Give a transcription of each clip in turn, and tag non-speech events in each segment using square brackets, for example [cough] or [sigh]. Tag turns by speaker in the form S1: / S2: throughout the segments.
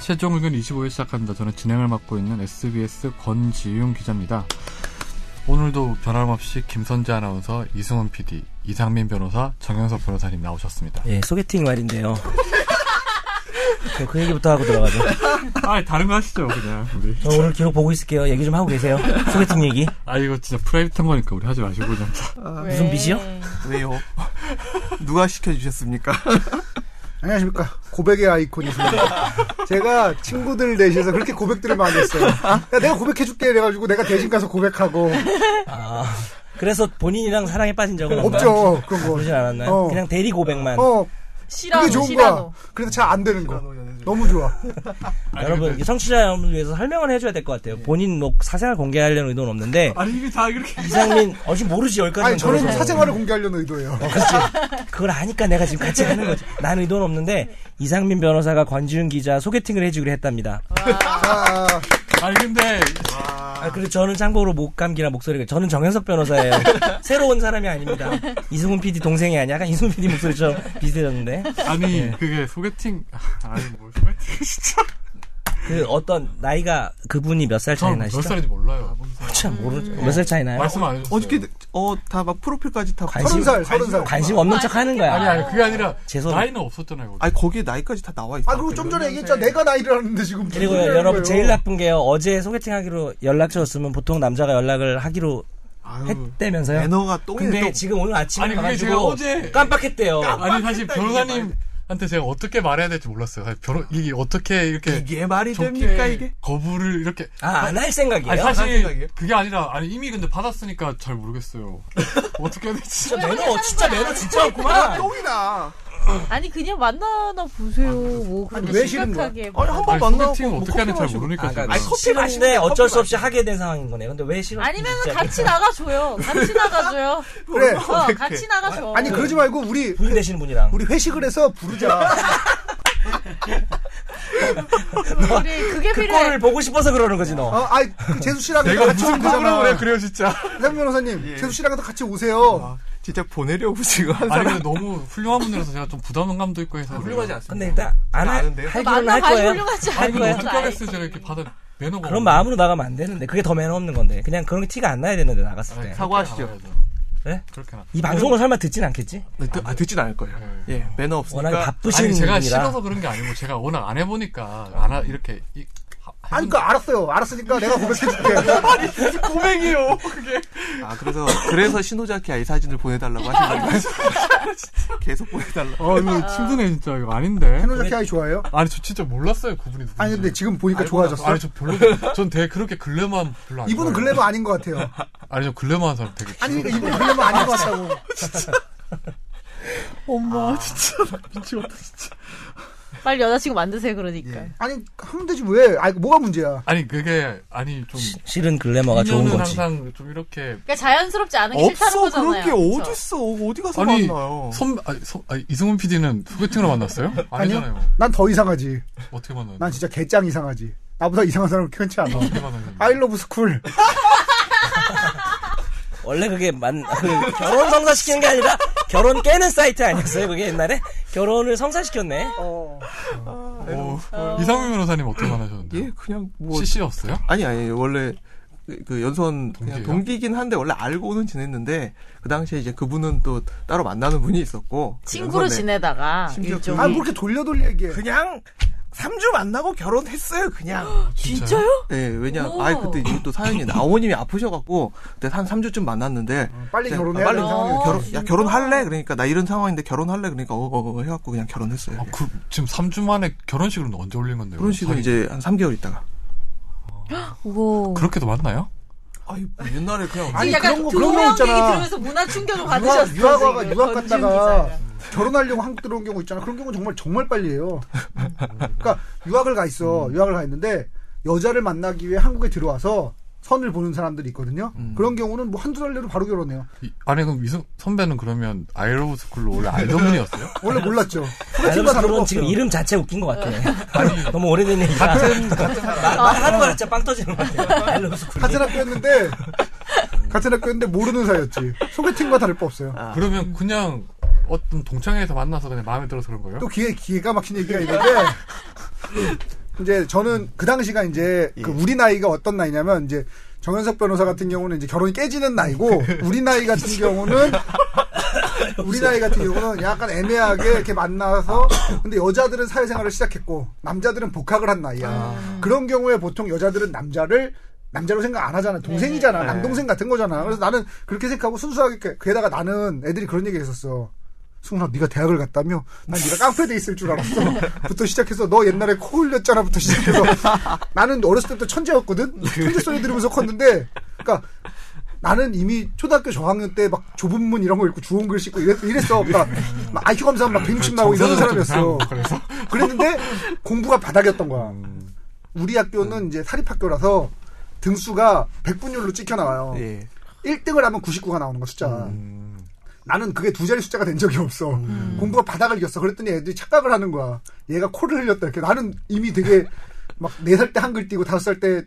S1: 최종 의견 25일 시작합니다. 저는 진행을 맡고 있는 SBS 권지윤 기자입니다. 오늘도 변함없이 김선재 아나운서, 이승훈 PD, 이상민 변호사, 정현석 변호사님 나오셨습니다.
S2: 예, 소개팅 말인데요. 네, 그 얘기부터 하고 들어가죠.
S1: 아, 다른 거 하시죠, 그냥. 우리.
S2: 저 오늘 기록 보고 있을게요. 얘기 좀 하고 계세요. 소개팅 얘기.
S1: 아, 이거 진짜 프라이빗한 거니까 우리 하지 마시고 그냥.
S2: 무슨 빚이요?
S3: 왜요? 누가 시켜주셨습니까?
S4: 안녕하십니까. 고백의 아이콘이십니다. 제가 친구들 내시에서 그렇게 고백들을 많이 했어요. 야, 내가 고백해줄게. 이래가지고 내가 대신 가서 고백하고.
S2: 그래서 본인이랑 사랑에 빠진 적은 없나요?
S4: 없죠. 그런 거.
S2: 그러진 않았나요?
S4: 어.
S2: 그냥 대리 고백만.
S4: 어,
S5: 시라노
S4: 그게 좋은 거야.
S5: 시라노
S4: 그래서 잘 안 되는 거. 너무 좋아.
S2: 여러분, 이게 청취자 여러분을 위해서 설명을 해줘야 될 것 같아요. 본인 뭐 사생활 공개하려는 의도는 없는데,
S1: [laughs] 아니, 이게 다 이렇게.
S2: 이상민, 어, 지금 모르지, 여기까지.
S4: 아니, 저는 사생활을 공개하려는
S2: 어,
S4: 의도예요.
S2: 그렇지. 그걸 아니까 내가 지금 같이 하는 거지. 난 의도는 없는데, 이상민 변호사가 권지윤 기자 소개팅을 해주기로 했답니다.
S4: 아,
S2: 그-
S1: 아니, 근데.
S2: 아, 그리고 저는 참고로 목감기나 목소리가 저는 정현석 변호사예요. 새로 운 사람이 아닙니다. 이승훈 PD 동생이 아니야. 약간 이승훈 PD 목소리처럼 비슷해졌는데.
S1: 아니,
S2: 네.
S1: 그게 소개팅. 아, 아니, 뭘 소개팅.
S2: 그 어떤 나이가 그분이 몇 살 차이
S1: 저몇
S2: 나시죠? 아,
S1: 살인지 네. 몰라요.
S2: 참 모르죠. 몇 살 차이 나요?
S1: 말씀 안 해주세요.
S3: 어저께 어 다 막 프로필까지 다
S2: 관심-
S4: 서른 살, 서른 살.
S2: 관심 없는 척 하는 거야.
S1: 아니, 아니, 그게 아니라.
S2: 죄송해요.
S1: 나이는 없었잖아요. 거기.
S3: 아니 거기에 나이까지 다 나와 있어.
S4: 아, 그리고 좀 전에 얘기했죠. 내가 나이를 하는데 지금. 무슨
S2: 그리고
S4: 소리 하는
S2: 여러분
S4: 거예요.
S2: 제일 나쁜 게요. 어제 소개팅 하기로 연락처 줬으면 보통 남자가 연락을 하기로
S3: 아유,
S2: 했대면서요.
S3: 매너가 똥이네.
S2: 근데
S3: 똥.
S2: 지금 오늘
S1: 음.
S2: 아침에
S1: 아니, 그게
S2: 가가지고
S1: 제가 어제-
S2: 깜빡했대요.
S1: 아니 사실 변호사님한테 제가 어떻게 말해야 될지 몰랐어요. 사실 변호 이게 어떻게 이렇게
S3: 이게 말이
S1: 좋게
S3: 됩니까 이게?
S1: 거부를 이렇게
S2: 아 안 할 생각이에요?
S1: 아니
S3: 그런
S1: 사실
S3: 생각이에요?
S1: 그게 아니라 아니 이미 근데 받았으니까 잘 모르겠어요.
S3: [laughs]
S1: 어떻게 해야 될지.
S2: 진짜 매너 진짜 매너 진짜 없구만.
S3: 똥이나.
S5: 아니 그냥 만나나 보세요 뭐 그렇게
S4: 왜 싫은
S5: 심각하게
S3: 아니
S5: 뭐.
S3: 한번
S1: 아니
S3: 만나고
S1: 소개팅은
S3: 뭐
S1: 어떻게
S3: 커피
S1: 하는지 잘
S3: 마시고.
S1: 모르니까
S2: 아,
S1: 지금.
S2: 그러니까 싫은데
S3: 마시는데
S2: 어쩔 수
S3: 커피
S2: 없이 하게 된 상황인 거네요. 근데 왜 싫어?
S5: 아니면 같이 나가줘요 같이 나가줘요
S4: [laughs] 그래.
S5: 어, 같이 나가줘
S4: 네. 아니, 그러지 말고 우리,
S2: 부인 되시는 분이랑
S4: 우리 회식을 해서 부르자.
S5: 우리 그게
S2: 그거를
S5: 필요해
S2: 보고 싶어서 그러는 거지 너.
S4: 어, 아이, 그 재수 씨랑
S1: 내가
S4: 같이
S1: 무슨
S4: 오면
S1: 프로그램을 해
S4: 되잖아.
S1: 그래요 예. 진짜.
S4: 상 변호사님, 재수 씨랑도 같이 오세요.
S3: 아, 진짜 보내려고 지금 한
S1: 아니 근데
S3: 사람.
S1: 너무 훌륭한 분이라서 제가 좀 부담감도 있고 해서.
S3: 훌륭하지 않습니다.
S2: 근데 일단 안 하,
S3: 아는데요?
S2: 하기로는 할
S5: 만나 봐야
S2: 거예요.
S5: 그 훌륭하지
S1: 아니
S5: 않을
S1: 근데
S5: 거야
S1: 어떻게 하겠어요 제가 이렇게 받아 매너가.
S2: 그런 마음으로 나가면 안 되는데 그게 더 매너 없는 건데 그냥 그런 게 티가 안 나야 되는데 나갔을 때.
S1: 아,
S3: 사과하시죠.
S2: 네?
S1: 그렇게 나.
S2: 이 방송을 설마 듣진 않겠지?
S3: 네, 듣- 아 듣진 않을 거예요.
S1: 네.
S3: 예 매너 없으니까.
S2: 워낙 바쁘신
S1: 아니 제가
S2: 분이라.
S1: 싫어서 그런 게 아니고 제가 워낙 안 해보니까 안 하, 이렇게. 이, 하-
S4: 아니, 그, 알았어요. 알았으니까 내가 고백해줄게.
S1: 고백이요 그게.
S3: 아 그래서 그래서 신호자키아 이 사진을 보내달라고 하시는 거예요. [laughs] 계속 보내달라.
S1: 아
S3: [laughs]
S1: 이거 힘드네 진짜 이거 아닌데.
S4: 해노자키 아이 좋아해요?
S1: 아니 저 진짜 몰랐고 그분이 누군지.
S4: 아니, 근데 지금 보니까 좋아졌어.
S1: 아니 저 별로 전 되게 그렇게 글래머한 별로 안
S4: 이분은
S1: 좋아해요.
S4: 글래머 아닌 것 같아요.
S1: 아니 저 글래머한 사람 되게
S4: 아니, 그러니까 이분은 글래머 아닌 것 같다고.
S1: 엄마 진짜 미치겠다
S5: 빨리 여자친구 만드세요 그러니까
S4: 아니, 하면 되지, 왜? 아니, 뭐가 문제야?
S1: 아니 그게 아니 좀
S2: 실은 글래머가 좋은
S1: 인연은
S2: 거지.
S1: 항상 좀 이렇게
S5: 그러니까 자연스럽지 않은 게 싫다는
S3: 없어
S5: 거잖아요
S3: 그런 게 어디 있어 어디 가서
S1: 아니
S3: 만나요.
S1: 선 아니, 선- 아니, 이승훈 PD는 소개팅으로 만났어요? 아니잖아요
S4: 난 더 이상하지.
S1: 어떻게 만났나요?
S4: 난 진짜 개짱 이상하지. 나보다 이상한 사람은 흔치 않아.
S1: 어떻게 만났나요?
S4: 아이러브 스쿨.
S2: 원래 그게 만 그 결혼 성사시키는 게 아니라 결혼 깨는 사이트 아니었어요? 그게 옛날에 결혼을 성사시켰네.
S1: 어, 이상민 변호사님 어떻게 만나셨는데?
S3: 예 그냥 뭐
S1: CC였어요?
S3: 아니 아니 원래 그- 그 연선 그냥
S1: 동기예요?
S3: 동기긴 한데 원래 알고는 지냈는데 그 당시에 이제 그분은 또 따로 만나는 분이 있었고 그
S5: 친구로
S3: 연선에
S5: 지내다가
S3: 심지어
S5: 일종의
S4: 아, 뭐 이렇게 돌려 돌려 얘기해.
S3: 그냥 3주 만나고 결혼했어요 그냥
S1: 진짜요?
S3: 예 왜냐
S5: 오.
S3: 아 그때 이제 또 사연이 나오님이 아프셔갖고 그때 한 3주쯤 만났는데
S4: 빨리
S3: 이제
S4: 결혼해야
S3: 빨리
S4: 되는 상황이었지.
S3: 결혼 야 결혼할래 그러니까 나 이런 상황인데 결혼할래 그러니까 어어 어, 해갖고 그냥 결혼했어요
S1: 아, 그, 지금 3주 만에 결혼식을 언제 올린 건데요?
S3: 그런 식으로
S1: 사이-
S3: 이제 한 3개월 있다가
S5: 우와
S1: 그렇게도 만나요?
S3: 아이 옛날에 그냥
S4: 아니,
S5: 지금 약간
S4: 그런 거-
S5: 두명
S4: 그런 거
S5: 얘기
S4: 있잖아.
S5: 들으면서 문화 충격을
S4: 유학,
S5: 받으셨어요
S4: 유학와가
S5: 지금.
S4: 유학
S5: 권지훈
S4: 갔다가
S5: 기자가.
S4: 결혼하려고 한국 들어온 경우 있잖아. 그런 경우는 정말 정말 빨리 해요. 그러니까 유학을 가 있어.
S2: 음.
S4: 유학을 가 있는데 여자를 만나기 위해 한국에 들어와서 선을 보는 사람들이 있거든요.
S2: 음.
S4: 그런 경우는 뭐 한두 달 내로 바로 결혼해요.
S1: 이- 아니 그럼 이승 선배는 그러면 아이러브 스쿨로 원래 알던 분이었어요?
S4: 원래 몰랐죠.
S2: 아이러브 스쿨은 지금
S4: 없어요.
S2: 이름 자체 웃긴 것 [laughs] 같아. 너무 오래된 얘기라. 네. 같은 말하는 거 진짜 빵 터지는 것 같아. 아이러브 스쿨.
S4: 같은 학교였는데 같은 학교였는데 모르는 사이였지. 소개팅과 다를 바
S2: 아.
S4: 없어요.
S1: 그러면 그냥 어떤 동창회에서 만나서 그냥 마음에 들어서 그런 거예요?
S4: 또 기회 기가 막힌 얘기가 있는데 이제 저는 그 당시가 이제 그 우리 나이가 어떤 나이냐면 이제 정현석 변호사 같은 경우는 이제 결혼이 깨지는 나이고 우리 나이 같은 경우는 우리 나이 같은 경우는 약간 애매하게 이렇게 만나서 근데 여자들은 사회생활을 시작했고 남자들은 복학을 한 나이야. 그런 경우에 보통 여자들은 남자를 남자로 생각 안 하잖아. 동생이잖아. 남동생 같은 거잖아. 그래서 나는 그렇게 생각하고 순수하게 게- 게다가 나는 애들이 그런 얘기 했었어. 승훈아, 네가 대학을 갔다며? 난 네가 깡패돼 있을 줄 알았어. 부터 시작해서 너 옛날에 코 흘렸잖아부터 시작해서 나는 어렸을 때부터 천재였거든. 천재 소리 들으면서 컸는데, 그러니까 나는 이미 초등학교 저학년 때 막 좁은 문 이런 거 읽고 주홍 글 씻고 이랬, 이랬어. 그러니까 막 IQ 검사하면막 160 나오고 이런 사람이었어. [laughs]
S1: 그래서
S4: 그랬는데 공부가 바닥이었던 거야. 음. 우리 학교는 이제 사립학교라서 등수가 100분율로 찍혀 나와요.
S3: 예.
S4: 1등을 하면 99가 나오는 거 숫자. 나는 그게 두 자리 숫자가 된 적이 없어. 공부가 바닥을 이겼어. 그랬더니 애들이 착각을 하는 거야. 얘가 코를 흘렸다. 이렇게 나는 이미 되게 막 네 살 때 한글 띄고 다섯 살 때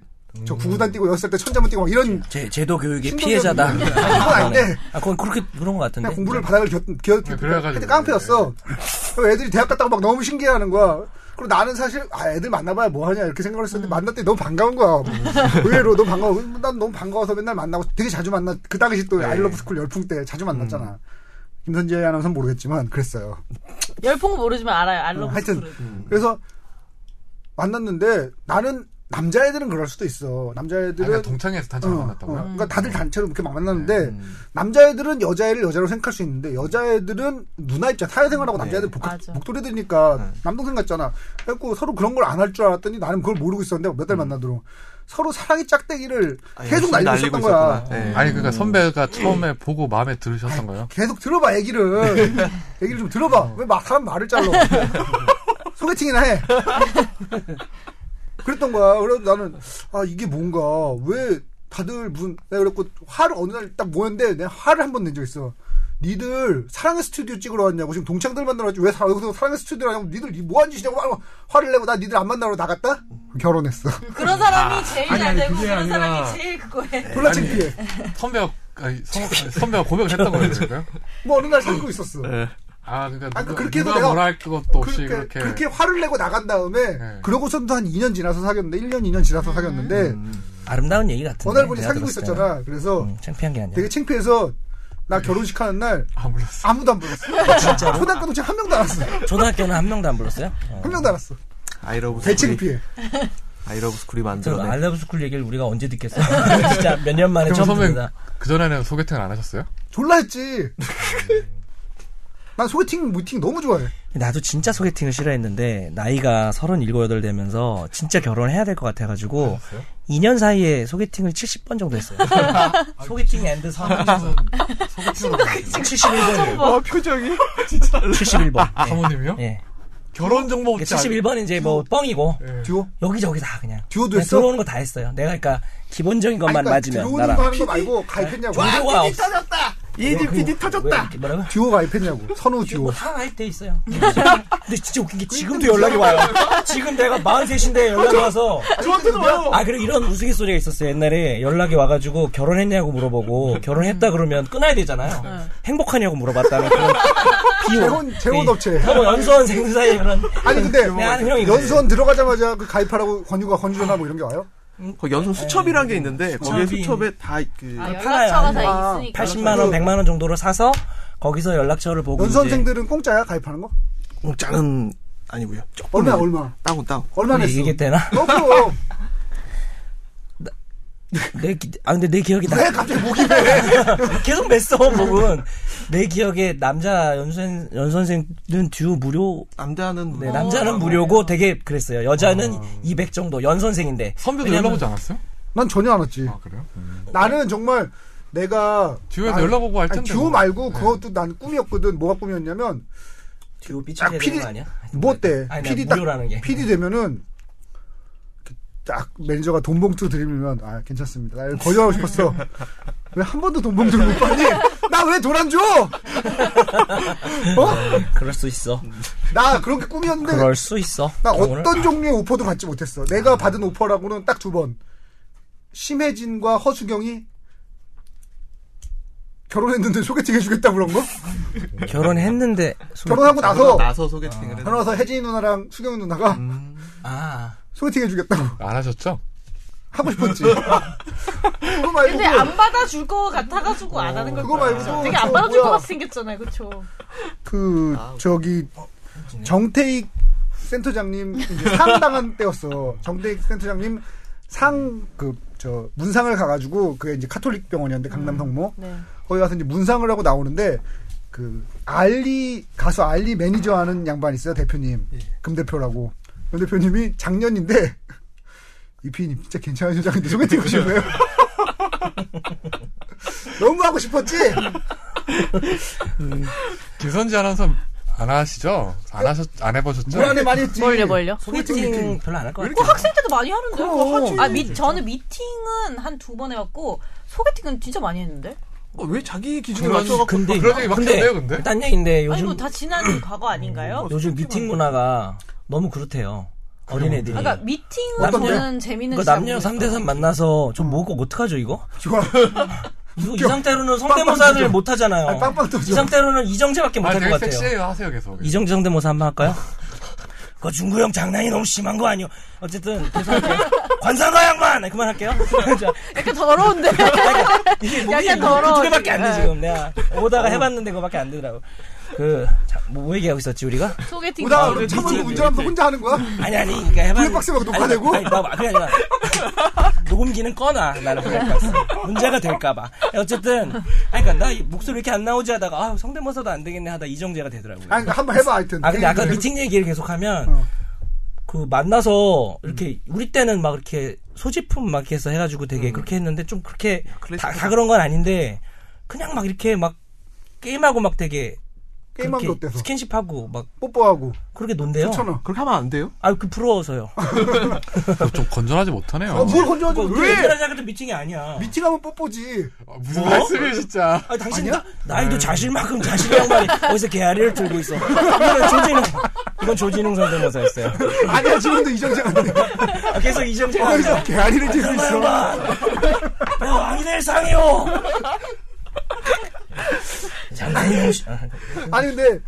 S4: 저 구구단 띄고 여섯 살 때 천자문 띄고 막 이런
S2: 제, 제도 교육의
S4: 신동엽이-
S2: 피해자다.
S4: 그건 아닌데.
S2: 아, 그건 그렇게 그런 것 같은데. 음,
S4: 그냥 공부를 바닥을 겼, 겼,
S1: 아, 그래가지고
S4: 그때 깡패였어. 그래서 애들이 대학 갔다고 막 너무 신기해하는 거야. 그리고 나는 사실 아 애들 만나봐야 뭐하냐 이렇게 생각을
S2: 음.
S4: 했었는데 만났더니 너무 반가운 거야. 뭐 의외로 너무 반가워. 난 너무 반가워서 맨날 만나고 되게 자주 만나. 그 당시 또
S1: 네.
S4: 아이러브스쿨 열풍 때 자주 만났잖아.
S1: 음.
S4: 김선재 아나운서는 모르겠지만 그랬어요.
S5: 열풍 모르지만 알아요. 알로
S4: 어, 하여튼 그래서 만났는데 나는 남자애들은 그럴 수도 있어. 남자애들은
S1: 아니, 그러니까 동창회에서 단체 로
S4: 어, 어.
S1: 만났다고요?
S4: 그러니까
S5: 음.
S4: 다들 단체로 이렇게 막 만났는데 남자애들은 여자애를 여자로 생각할 수 있는데 여자애들은 누나 입장 사회생활하고 남자애들 복,
S5: 맞아.
S4: 목도리 들니까 남동생 같잖아. 그래갖고 서로 그런 걸 안 할 줄 알았더니 나는 그걸 모르고 있었는데 몇 달 만나도록 서로 사랑의 짝대기를
S3: 아,
S4: 계속
S3: 열심히
S4: 날리고 있었던 거야.
S3: 있었구나. 예.
S1: 아니
S4: 음.
S1: 그러니까 선배가 처음에 보고 마음에 들으셨던 거예요?
S4: 계속 들어봐 얘기를 얘기를 좀 들어봐 왜 막 사람 말을 잘라 소개팅이나 해 그랬던 거야 그래서 나는 아 이게 뭔가 왜 다들 무슨 내가 그랬고 화를 어느 날 딱 모였는데 내가 화를 한 번 낸 적 있어 니들 사랑의 스튜디오 찍으러 왔냐고 지금 동창들 만나러 왔지 왜 사- 여기서 사랑의 스튜디오 하냐고 니들 이 뭐하는 짓이냐고 막 화를 내고 나 니들 안 만나러 나갔다 결혼했어
S5: 그런 사람이 제일
S6: 아니,
S5: 잘
S6: 아니,
S5: 되고
S6: 그게
S5: 그런
S6: 아니라-
S5: 사람이 제일 그거에
S4: 몰라 창피해
S1: 선배가 아니, 선- 선배가 고백을 했던 거예요, 그러니까요?
S4: 뭐 어느 날 사귀고 있었어
S1: 아, 그러니까
S4: 아니,
S1: 누가,
S4: 그렇게 해도
S1: 누가
S4: 내가
S1: 뭐라 할 것도 없이
S4: 그렇게,
S1: 그렇게,
S4: 그렇게, 화를 내고 나간 다음에
S1: 네. 음.
S4: 그러고선도 한 2년 지나서 사귀었는데 1년 2년 지나서 사귀었는데
S2: 아름다운 얘기 같은데.
S4: 어느 날 보니
S2: 내가
S4: 사귀고
S2: 들었을 때는.
S4: 있었잖아. 그래서
S2: 음, 창피한 게 아니야.
S4: 되게 창피해서 나 결혼식 하는 날
S1: 아, 몰랐어.
S4: 아무도 안 불렀어. 초등학교 동창 한 명도 안 왔어.
S2: 초등학교는 한 명도 안 불렀어요? 어.
S4: 한 명도 안 왔어.
S3: 아이러브 스쿨이
S4: 대창피해.
S3: 아이러브 스쿨이
S2: 저
S3: 만들어낸
S2: 알라브스쿨 얘기를 우리가 언제 듣겠어? [laughs] 진짜 몇 년 만에
S1: 그럼
S2: 처음
S1: 선배
S2: 듣는다.
S1: 그전에는 소개팅을 안 하셨어요?
S4: 졸라 했지. [laughs] 난 소개팅, 미팅 너무 좋아해.
S2: 나도 진짜 소개팅을 싫어했는데 나이가 37, 8 되면서 진짜 결혼을 해야 될 것 같아가지고 2년 사이에 소개팅을 70번 정도
S4: [laughs]
S2: 했어요.
S4: 아,
S2: 소개팅 앤드 사무소
S1: 소개팅으로
S2: 71번.
S3: 와 표정이
S4: 아,
S2: 71번.
S1: 사모님이요?
S2: 예.
S1: 결혼 정보
S2: 예.
S1: 없지
S2: 71번은 이제 뭐 뻥이고
S4: 듀오?
S2: 여기저기 다 그냥.
S4: 예. 듀오도
S2: 그냥
S4: 했어?
S2: 들어오는 거 다 했어요. 내가 그러니까 기본적인
S4: 아니,
S2: 것만
S4: 그러니까
S2: 맞으면
S4: 들어오는 거
S2: 나랑
S4: 하는 거 말고 가입했냐고.
S2: 종교가 없어.
S3: 이디 PD
S2: 뭐야,
S3: 터졌다
S2: 이렇게 뭐라고?
S4: 듀오 가입했냐고. 선우 듀오.
S2: 뭐다할때
S4: [laughs]
S2: 있어요. 근데 진짜 웃긴 게 지금도 연락이 와요. 지금 내가 43인데 연락이 와서
S4: 저한테도 와요.
S2: 아, 그리고 이런 우스갯소리가 있었어요. 옛날에 연락이 와가지고 결혼했냐고 물어보고 결혼했다 그러면 끊어야
S1: 네.
S2: 되잖아요. 행복하냐고 물어봤다는
S4: [laughs]
S2: 그런
S4: 재혼, 재혼 업체.
S2: 하고 연수원생 사이에 그런
S4: 아니, 근데 뭐
S2: 내 네, 아는 형이
S4: 연수원 들어가자마자 그 가입하라고 권유가, 권유전화 뭐 이런 게 와요?
S3: 거기 연수 수첩이란 게 있는데 거기에
S2: 네, 수첩이-
S3: 수첩에 다그
S5: 아,
S2: 팔아요.
S5: 연락처가 다
S4: 아,
S5: 있으니까.
S2: 80만 원, 100만 원 정도로 사서 거기서 연락처를 보고
S4: 연수원생들은 공짜야, 가입하는 거?
S3: 공짜는 아니고요 조금
S4: 얼마, 얼마?
S3: 다운 다운
S4: 얼마 냈어?
S2: 뭐 얘기 때나? [laughs]
S4: 너 그럼.
S2: 내, 기- 아 근데 내 기억이 나.
S4: 왜 갑자기 목이 왜?
S2: [laughs] 계속 맸어 목은. 내 기억에 남자 연수생 연수생은 듀 무료
S3: 남자는
S1: 어.
S3: 뭐
S2: 네, 남자는 무료고 되게 그랬어요. 여자는 200 정도 연선생인데.
S1: 선배도
S2: 왜냐면
S1: 연락 오지 않았어요?
S4: 난 전혀 안 왔지.
S1: 아, 그래요?
S4: 나는 정말 내가
S1: 듀오에서
S4: 난-
S1: 연락 오고 할
S4: 아니,
S1: 텐데
S4: 듀오
S1: 뭐.
S4: 말고 그것도 난 꿈이었거든. 뭐가 꿈이었냐면
S2: 뒤로
S4: 딱
S2: 삐쳐야
S4: PD
S2: 되는 거 아니야?
S4: 뭐 어때?
S2: 아니,
S4: PD
S2: PD
S4: 딱
S2: 무료라는
S1: 네.
S2: 게.
S4: PD 되면은 이렇게 딱 매니저가 돈 봉투 드리면 아 괜찮습니다. 나 이거 거절하고
S1: [laughs]
S4: 싶었어. 왜 한 번도 돈 봉투를 못 받니? 나 왜
S1: [laughs]
S4: 돈안 줘? 어?
S2: 그럴 수 있어.
S4: 나 그렇게 꿈이었는데
S2: 그럴 수 있어.
S4: 나
S2: 아, 오늘
S4: 어떤 종류의 오퍼도 받지 못했어. 내가 받은 오퍼라고는 딱 두 번. 심혜진과 허수경이 결혼했는데 [laughs] 소개팅 해주겠다 그런 거?
S2: 결혼했는데 어. 소개-
S4: 결혼하고 나서
S2: 아,
S3: 나서 소개팅을
S4: 결혼해서 혜진이 누나랑 수경이 누나가
S2: 음. 아
S4: 소개팅 해주겠다고 [laughs]
S1: 안 하셨죠?
S2: [laughs]
S4: 하고 싶었지. 그거 말고
S5: 근데 안 받아줄 것 같아가지고 안 하는 거
S4: 그거 말고 또
S5: 되게 안
S4: 저
S5: 받아줄 것
S4: 뭐야.
S5: 같이 생겼잖아요, 그쵸?
S4: 그 저기 정태익 센터장님 이제 상당한 때였어. 정태익 센터장님 상 그 저 문상을 가가지고 그게 이제 카톨릭 병원이었는데 강남 성모
S5: 네.
S4: 거기 가서 이제 문상을 하고 나오는데 그 알리 가수 알리 매니저 하는 양반 있어요 대표님 금 대표라고 금 대표님이 작년인데 [laughs] 이 피님 진짜 괜찮은 여자인데 소개팅 오실래요? [laughs] 너무 하고 싶었지?
S1: 김선지 아나운서 안 하시죠? 안 하셨 안 해보셨죠?
S4: 물 안에 많이 했지.
S5: 멀려, 멀려.
S2: 소개팅 별로 안 할 것 같아요.
S5: 그 학생 때도 많이 하는데.
S4: 그럼,
S5: 그거
S4: 하지.
S5: 아, 미, 저는 미팅은 한 두 번 해왔고 소개팅은 진짜 많이 했는데.
S3: 어, 왜 자기 기준에
S2: 그런-
S3: 맞춰갖고
S2: 근데
S1: 그런 얘기 막 했네요, 아, 근데.
S2: 딴 얘기인데
S5: 아니
S2: 요즘
S5: 이거 다
S4: [clears throat]
S5: 지난 과거 아닌가요?
S4: 뭐
S2: 요즘 미팅 문화가 너무 그렇대요. 어린애들이.
S5: 아, 그러니까 뭐 미팅은
S2: 남녀-
S5: 저는 재밌는
S2: 이거 남녀 3대3 만나서 좀 먹고 어떡하죠, 이거?
S4: 좋아.
S2: 이거 이 상태로는 성대모사를
S4: 빵빵
S2: 못 하잖아요.
S4: 아니, 빵빵
S2: 이
S4: 터져.
S2: 상태로는 이정재밖에 못
S1: 아
S2: 할 것
S1: 되게
S2: 같아요.
S1: 섹시해요 하세요 계속.
S2: 이정재 성대모사 한번 할까요? 그 중구 형 장난이 너무 심한 거 아니요? 어쨌든 죄송한데 관상가 양반 아니, 그만할게요. [laughs] 자,
S5: 약간 그러니까 더러운데. [laughs]
S2: 이게
S5: 약간 네. 어.
S2: 그
S5: 더러워,
S2: 두 개밖에 안 돼
S5: 지금.
S2: 지금 내가 오다가 해봤는데 그거밖에 안 되더라고. 그뭐 얘기하고 있었지 우리가?
S5: 소개팅.
S4: 오다가
S5: 아,
S4: 그럼 차 몰고 운전하면서 혼자 하는 거야?
S2: 아니 아니 그러니까 해봤.
S4: 블랙박스 막 녹화되고?
S2: 아니, 나 그게 아니라 녹음기는 꺼놔 나는 블랙박스 문제가 될까봐. 어쨌든 아니, 그러니까 나 이 목소리 왜 이렇게 안 나오지 하다가 아 성대모사도 안 되겠네 하다 이정재가 되더라고요.
S4: 아니, 그러니까 한번 해봐, 하여튼.
S2: 아 근데 아까
S4: 네, 그래서-
S2: 미팅 얘기를 계속하면
S4: 어. 음.
S2: 그 만나서 이렇게 우리 때는 막 이렇게 소지품 막 이렇게 해서 해가지고 되게 그렇게 했는데 좀 그렇게 다, 다 그런 건 아닌데 그냥 막 이렇게 막 게임하고 막 되게
S4: 게임한 게
S2: 그렇게 어.
S4: 어때서?
S2: 스킨십하고 막
S4: 뽀뽀하고.
S2: 그렇게 논대요.
S4: 천원.
S3: 그렇게 하면 안 돼요?
S2: 아 그 부러워서요.
S1: 좀 건전하지 못하네요.
S4: 어, 뭘 건져가지고
S2: 왜?
S4: 왜?
S2: 그런 도뭐 미팅이 아니야.
S4: 미팅하면 뽀뽀지.
S1: 아, 무슨 말씀이에요 진짜.
S2: 아 당신
S4: 아니야?
S2: 나, 이도 자신만큼 자신 양반이 어디서 개아리를 들고 있어. 이건 조진웅 이건 조진웅 성대모사였어요.
S4: 아니야, 지금도 이정재가 안 돼.
S2: 아, 계속 이정재가
S4: 거기서 [laughs] 개아리를 들고 있어.
S2: 그만! 내 왕이 될 상이오!
S5: 아,
S2: 장난이요.
S4: 아니, 근데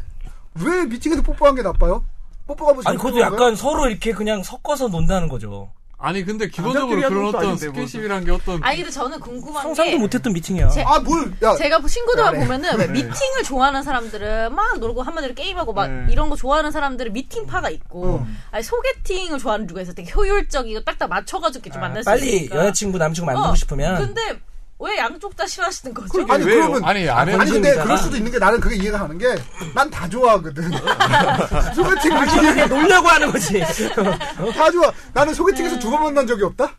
S4: 왜 미팅에서 뽀뽀한 게 나빠요? 뽀뽀가 무슨.
S2: 아니, 그것도
S4: 그런 거야?
S2: 약간 서로 이렇게 그냥 섞어서 논다는 거죠.
S1: 아니 근데 기본적으로
S3: 남자끼리
S1: 그런
S3: 하는 것도
S1: 어떤
S3: 아닌데, 뭐.
S1: 스킨십이란 게 어떤
S5: 아니 근데 저는 궁금한 게
S2: 상상도 못했던 미팅이야.
S5: 제-
S4: 아, 뭘. 야,
S5: 제가 친구들하고
S4: 그래.
S5: 보면은 왜 미팅을 좋아하는 사람들은 막 놀고 한마디로 게임하고 막
S3: 네.
S5: 이런 거 좋아하는 사람들은 미팅파가 있고 아니, 소개팅을 좋아하는 누가 있어 되게 효율적이고 딱딱 맞춰가지고 이렇게 만날 수
S2: 빨리
S5: 있으니까
S2: 여자친구, 남친구 만들고
S5: 어,
S2: 싶으면.
S5: 근데 왜 양쪽 다 싫어하시는 거죠?
S4: 그러니까. 아니,
S3: 왜요?
S4: 그러면. 아니,
S1: 아니 안 해.
S2: 아니,
S4: 근데
S2: 이정재가-
S4: 그럴 수도 있는 게 나는 그게 이해가 가는 게 난 다 좋아하거든. [laughs] 소개팅을
S2: 그냥 놀려고 하는 거지. [laughs]
S4: 다 좋아. 나는 소개팅에서
S2: 네.
S4: 두 번 만난 적이 없다?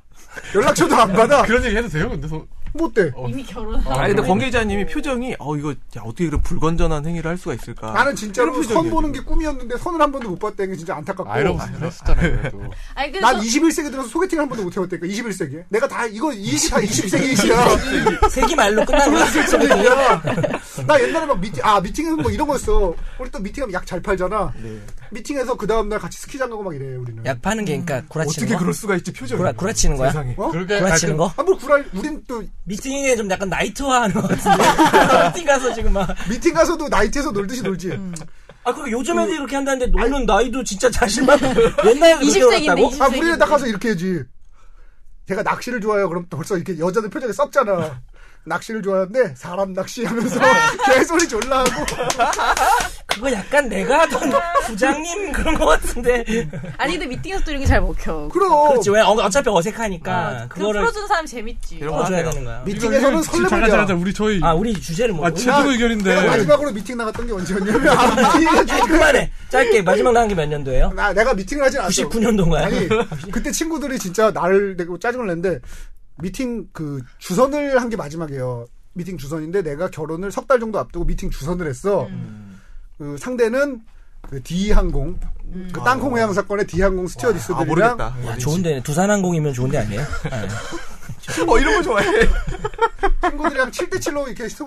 S4: 연락처도 안 받아. 뭐
S1: 그런 얘기 해도 돼요 근데 소...
S4: 못 돼.
S5: 이미 결혼
S1: 아,
S2: 네.
S3: 아니, 근데
S1: 그러면-
S3: 관계자님이 표정이, 어, 이거, 야, 어떻게 그런 불건전한 행위를 할 수가 있을까.
S4: 나는
S3: 아,
S4: 진짜로
S3: 이런
S4: 선
S3: 표정이에요,
S4: 보는 게 꿈이었는데 선을 한 번도 못 봤다는 게 진짜 안타깝고.
S1: 아이러브 했었잖아요 그래도.
S5: 아니 근데
S4: 난
S5: 저-
S4: 21세기 들어서 소개팅을 한 번도 못 해봤다니까 21세기에 내가 다 이거 이시 다 20세기 이시야
S2: 세기 말로 끝나는 거지.
S4: 21세기야 나 옛날에 막 미팅 아 미팅에서 뭐 이런 거였어 우리 또 미팅하면 약 잘 팔잖아 미팅에서 그 다음날 같이 스키장 가고 막 이래 우리는
S2: 약 파는 게 그러니까 구라치는
S3: 어떻게
S2: 거.
S3: 그럴 수가 있지, 표정이.
S2: 구라, 구라치는 거야?
S3: 세상에.
S4: 어?
S1: [laughs] 그렇게
S2: 구라치는 거?
S4: 아뭐 구랄 우린 또
S2: 미팅에 좀 약간 나이트화 하는 거 같은데. [laughs] 미팅 가서 지금 막.
S4: 미팅 가서도 나이트에서 놀듯이 놀지
S2: 아, 그러니까 요즘 애들이 그렇게 한다는데 노는 나이도 진짜 자신만큼. [laughs] 옛날에 그렇게
S5: 20세기인데
S2: 놀았다고?
S4: 아 우리는 딱 가서 이렇게 해야지 제가 낚시를 좋아해요 그럼 또 벌써 이렇게 여자들 표정이 썩잖아 낚시를 좋아하는데 사람 낚시하면서 개소리 졸라 하고
S2: 그거 약간 내가 하던 부장님 그런 것 같은데.
S5: 아니 근데 미팅에서 또 이런 게 잘 먹혀
S4: 그럼
S2: 그렇지, 왜? 어, 어차피 어색하니까.
S5: 그거
S2: 아, 그거를
S5: 풀어주는 사람 재밌지
S3: 이런 거
S2: 풀어줘야
S3: 하네요.
S2: 되는 거야.
S4: 미팅에서는
S1: 잠깐 잠깐
S4: 설레발이야
S1: 잠깐 우리 저희
S2: 아, 우리 주제를 뭐.
S1: 아,
S2: 우리-
S1: 진- 최종 의견인데.
S4: 내가 마지막으로 미팅 나갔던 게 언제였냐면 아, 미팅이
S2: 아이, 그만해. 짧게, 마지막 나온 게 몇 년도예요?
S4: 나 내가 미팅을 하진 않았어.
S2: 99년도인가요?
S4: 아,
S3: [laughs]
S4: 아니 그때 친구들이 진짜 나를 내고 짜증을 냈는데 미팅 그 주선을 한 게 마지막이에요. 미팅 주선인데 내가 결혼을 석 달 정도 앞두고 미팅 주선을 했어.
S5: 음.
S4: 그 상대는 그 D 항공
S5: 음.
S4: 그 땅콩 회항 사건의 D 항공
S3: 아,
S4: 스튜어디스들이랑
S3: 모르겠다.
S2: 아, 좋은데, 두산항공이면 좋은데 아니에요?
S3: 어, 이런 거 좋아해. [laughs]
S4: 친구들이랑 7대 7로 이렇게 소,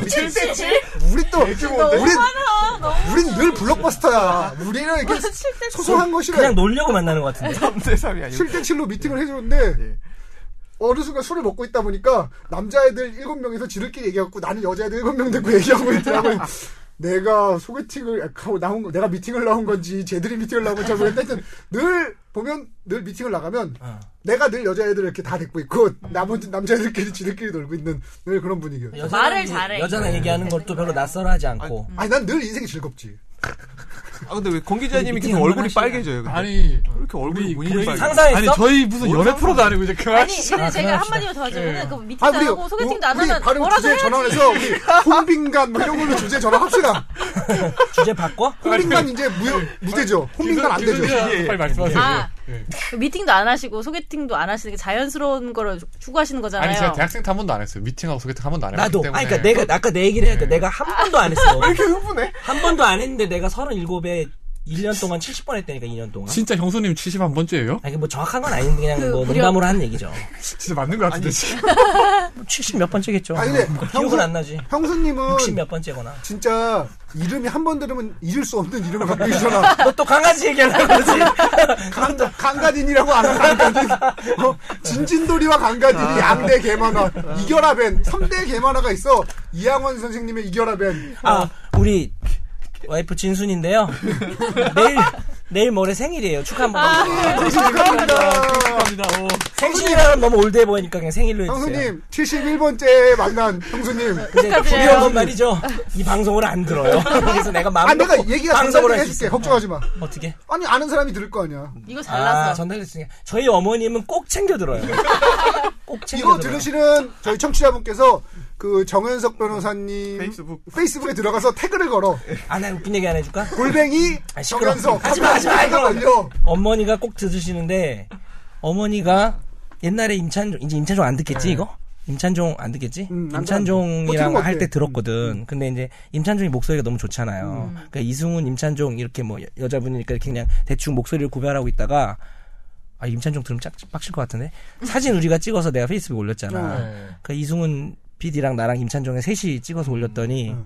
S4: 미팅-
S5: 칠칠?
S4: 우리 또 우리
S5: 많아 너무
S4: 우린 늘 블록버스터야. 우리는
S5: [laughs]
S4: 이렇게
S5: 칠대
S4: 소소한 것이래.
S2: 그냥 놀려고 만나는 것 같은데.
S3: 3대 3이 아니고.
S4: 7대 7로
S5: 네.
S4: 미팅을 해줬는데
S3: 예.
S4: 어느 순간 술을
S5: [laughs]
S4: 먹고 있다 보니까 남자애들 7명에서 지들끼리 얘기하고 나는 여자애들 7명 되고 얘기하고 있더라고요. 내가 소개팅을 하고 나온 거, 내가 미팅을 나온 건지 쟤들이 미팅을 나온 건지 잘 모르겠는데 하여튼 늘 보면 늘 미팅을 나가면
S2: 어.
S4: 내가 늘 여자애들 이렇게 다 데리고 있고 나머지 남자애들끼리 지들끼리 놀고 있는 늘 그런 분위기예요.
S2: 여자랑
S5: 말을
S2: 얘기-
S5: 잘해.
S2: 여자랑 얘기하는 것도 별로 낯설어하지 않고.
S4: 아니 난 늘 인생이 즐겁지.
S3: 아 근데 왜 권 기자님이
S2: 미팅
S3: 계속 얼굴이
S2: 한번 하시냐.
S3: 빨개져요? 근데?
S1: 아니
S3: 이렇게 얼굴이
S1: 우리
S3: 문이
S1: 거의-
S3: 빨개.
S2: 상상했어?
S1: 아니 저희 무슨
S3: 뭘
S1: 연애
S3: 상상-
S1: 프로도 아니고 이제 그만.
S5: 아니 근데 제가 한마디만 더 하자면 은그
S4: 아
S5: 미팅도 안
S4: 우리
S5: 하고 뭐 소개팅도 안
S4: 우리
S5: 하면
S4: 발음
S5: 뭐라도
S4: 주제
S5: 해야지.
S4: 전환해서 우리
S5: [laughs]
S4: 홍빈간 뭐 이런 걸로 주제 전환합시다.
S2: 주제 바꿔?
S4: 홍빈간 이제 무효 무죄죠. 홍빈간 안 되죠. 예.
S1: 빨리 말씀하세요.
S5: 아,
S1: 예.
S5: 그 미팅도 안 하시고 소개팅도 안 하시는 게 자연스러운 거를 추구하시는 거잖아요.
S1: 아니 제가 대학생 때 한 번도 안 했어요. 미팅하고 소개팅 한 번도 안 했기
S2: 나도. 아,
S1: 때문에.
S2: 그러니까 내가 아까 내 얘기를 하니까 내가 한 번도 안 했어.
S4: 그-
S3: 흥분해?
S2: 한 번도 안 했는데 내가 37에 1년 동안 70번 했다니까 2년 동안.
S1: 진짜 형수님 71번째예요?
S2: 아니 뭐 정확한 건 아닌데 그냥
S5: 그
S2: 뭐
S5: 무려-
S2: 농담으로 한 얘기죠.
S1: 진짜 맞는 것 같은데 지금.
S2: 70 뭐몇 번째겠죠. 뭐
S4: 아니 근데
S2: 기억은
S4: 형수-
S2: 안 나지.
S4: 형수님은
S2: 60 몇 번째거나.
S4: 진짜 이름이 한 번 들으면 잊을 수 없는 이름을 갖고 계시잖아.
S2: 너뭐 또 강아지 [laughs] 얘기하려고 그러지?
S4: 강, 강가딘이라고 안 하는 강가딘. 어? 진진돌이와 강가딘이 양대 개만화. 이겨라 밴. 3대 개만화가 있어. 이양원 선생님의 이겨라 밴.
S2: 아, 우리 와이프 진순인데요. 내일 내일 모레 생일이에요. 축하 한번 해주세요.
S4: 네, 축하합니다.
S1: 감사합니다. 오.
S2: 생신이라면 너무 올드해 보이니까 그냥 생일로 해주세요.
S4: 형수님, 71번째 만난 형수님.
S2: 근데
S5: 축하드려요.
S2: 중요한 건 말이죠. 이 방송을 안 들어요. [laughs] 그래서 내가 마음
S4: 아, 내가
S2: 놓고
S4: 얘기가
S2: 방송을
S4: 전달을
S2: 할 수
S4: 해줄게.
S2: 있어요.
S4: 걱정하지 마.
S2: 어떻게?
S4: 아니, 아는 사람이 들을 거 아니야.
S5: 이거 잘났어.
S2: 아, 전달했으니까 저희 어머님은 꼭 챙겨
S4: [laughs]
S2: 들어요. 꼭 챙겨
S4: 이거
S2: 들어요.
S4: 들으시는 저희 청취자분께서 그 정현석 변호사님
S3: 페이스북.
S4: 페이스북에 들어가서 태그를 걸어.
S2: 아, 나 웃긴 얘기 안 해줄까?
S4: 골뱅이
S2: 아, 시끄러워.
S4: 정현석.
S2: 하지 마, 하지 마,
S4: 태그
S2: 이거.
S4: 걸려.
S2: 어머니가 꼭 들으시는데 어머니가 옛날에 임찬종 이제 임찬종 안 듣겠지 이거? 임찬종 안 듣겠지?
S4: 네. 음, 안 들어, 안
S2: 임찬종이랑
S4: 들어. 음.
S2: 할 때
S4: 어떻게
S2: 들었거든. 근데 이제 임찬종이 목소리가 너무 좋잖아요.
S4: 음.
S2: 그러니까 이승훈, 임찬종 이렇게 뭐 여- 여자분이니까 이렇게 그냥 대충 목소리를 구별하고 있다가 아 임찬종 들으면 짝 빡칠 것 같은데 사진 우리가 찍어서 내가 페이스북에 올렸잖아.
S1: 네.
S2: 그 이승훈 PD랑 나랑 임찬종의 셋이 찍어서 올렸더니
S4: 음.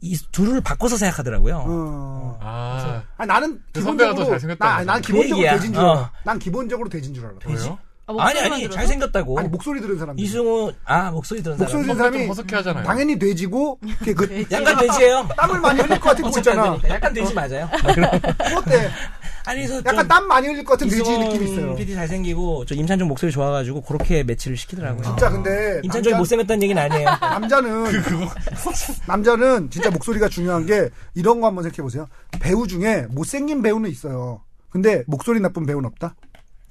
S2: 이 둘을 바꿔서 생각하더라고요.
S4: 어.
S1: 아,
S4: 아 나는
S1: 그 선배가 더
S4: 기본적으로
S1: 잘생겼다고
S4: 나,
S1: 그러잖아.
S4: 난 기본적으로
S2: 얘기야.
S4: 돼진 줄 알아.
S2: 어.
S4: 난 기본적으로 돼진 줄 알아.
S1: 왜요?
S5: 아, 목소리만
S2: 아니 아니
S5: 들어서?
S2: 잘생겼다고.
S4: 아니 목소리 들은 사람
S2: 이승우 아 목소리 들은
S4: 목소리
S2: 사람
S4: 들은
S1: 좀
S4: 사람이
S1: 허석해 하잖아요.
S4: 당연히 돼지고 이렇게 그
S2: 약간 돼지예요
S4: 땀을 [laughs] 많이 흘릴 것 같은 거 있잖아.
S2: 그러니까 약간 돼지
S4: [laughs]
S2: 맞아요
S4: 어때?
S2: 아니 그래서
S4: 약간 땀 많이 흘릴 것 같은 돼지
S2: 이승훈
S4: 느낌이 있어요.
S2: PD 잘생기고 저 임찬종 목소리 좋아가지고 그렇게 매치를 시키더라고요
S4: 진짜 근데
S2: 임찬종이 못생겼다는 얘기는
S4: [laughs]
S2: 아니에요
S3: 그,
S4: 남자는 [laughs] 남자는 진짜 목소리가 중요한 게 이런 거 한번 생각해 보세요. 배우 중에 못생긴 배우는 있어요. 근데 목소리 나쁜 배우는 없다.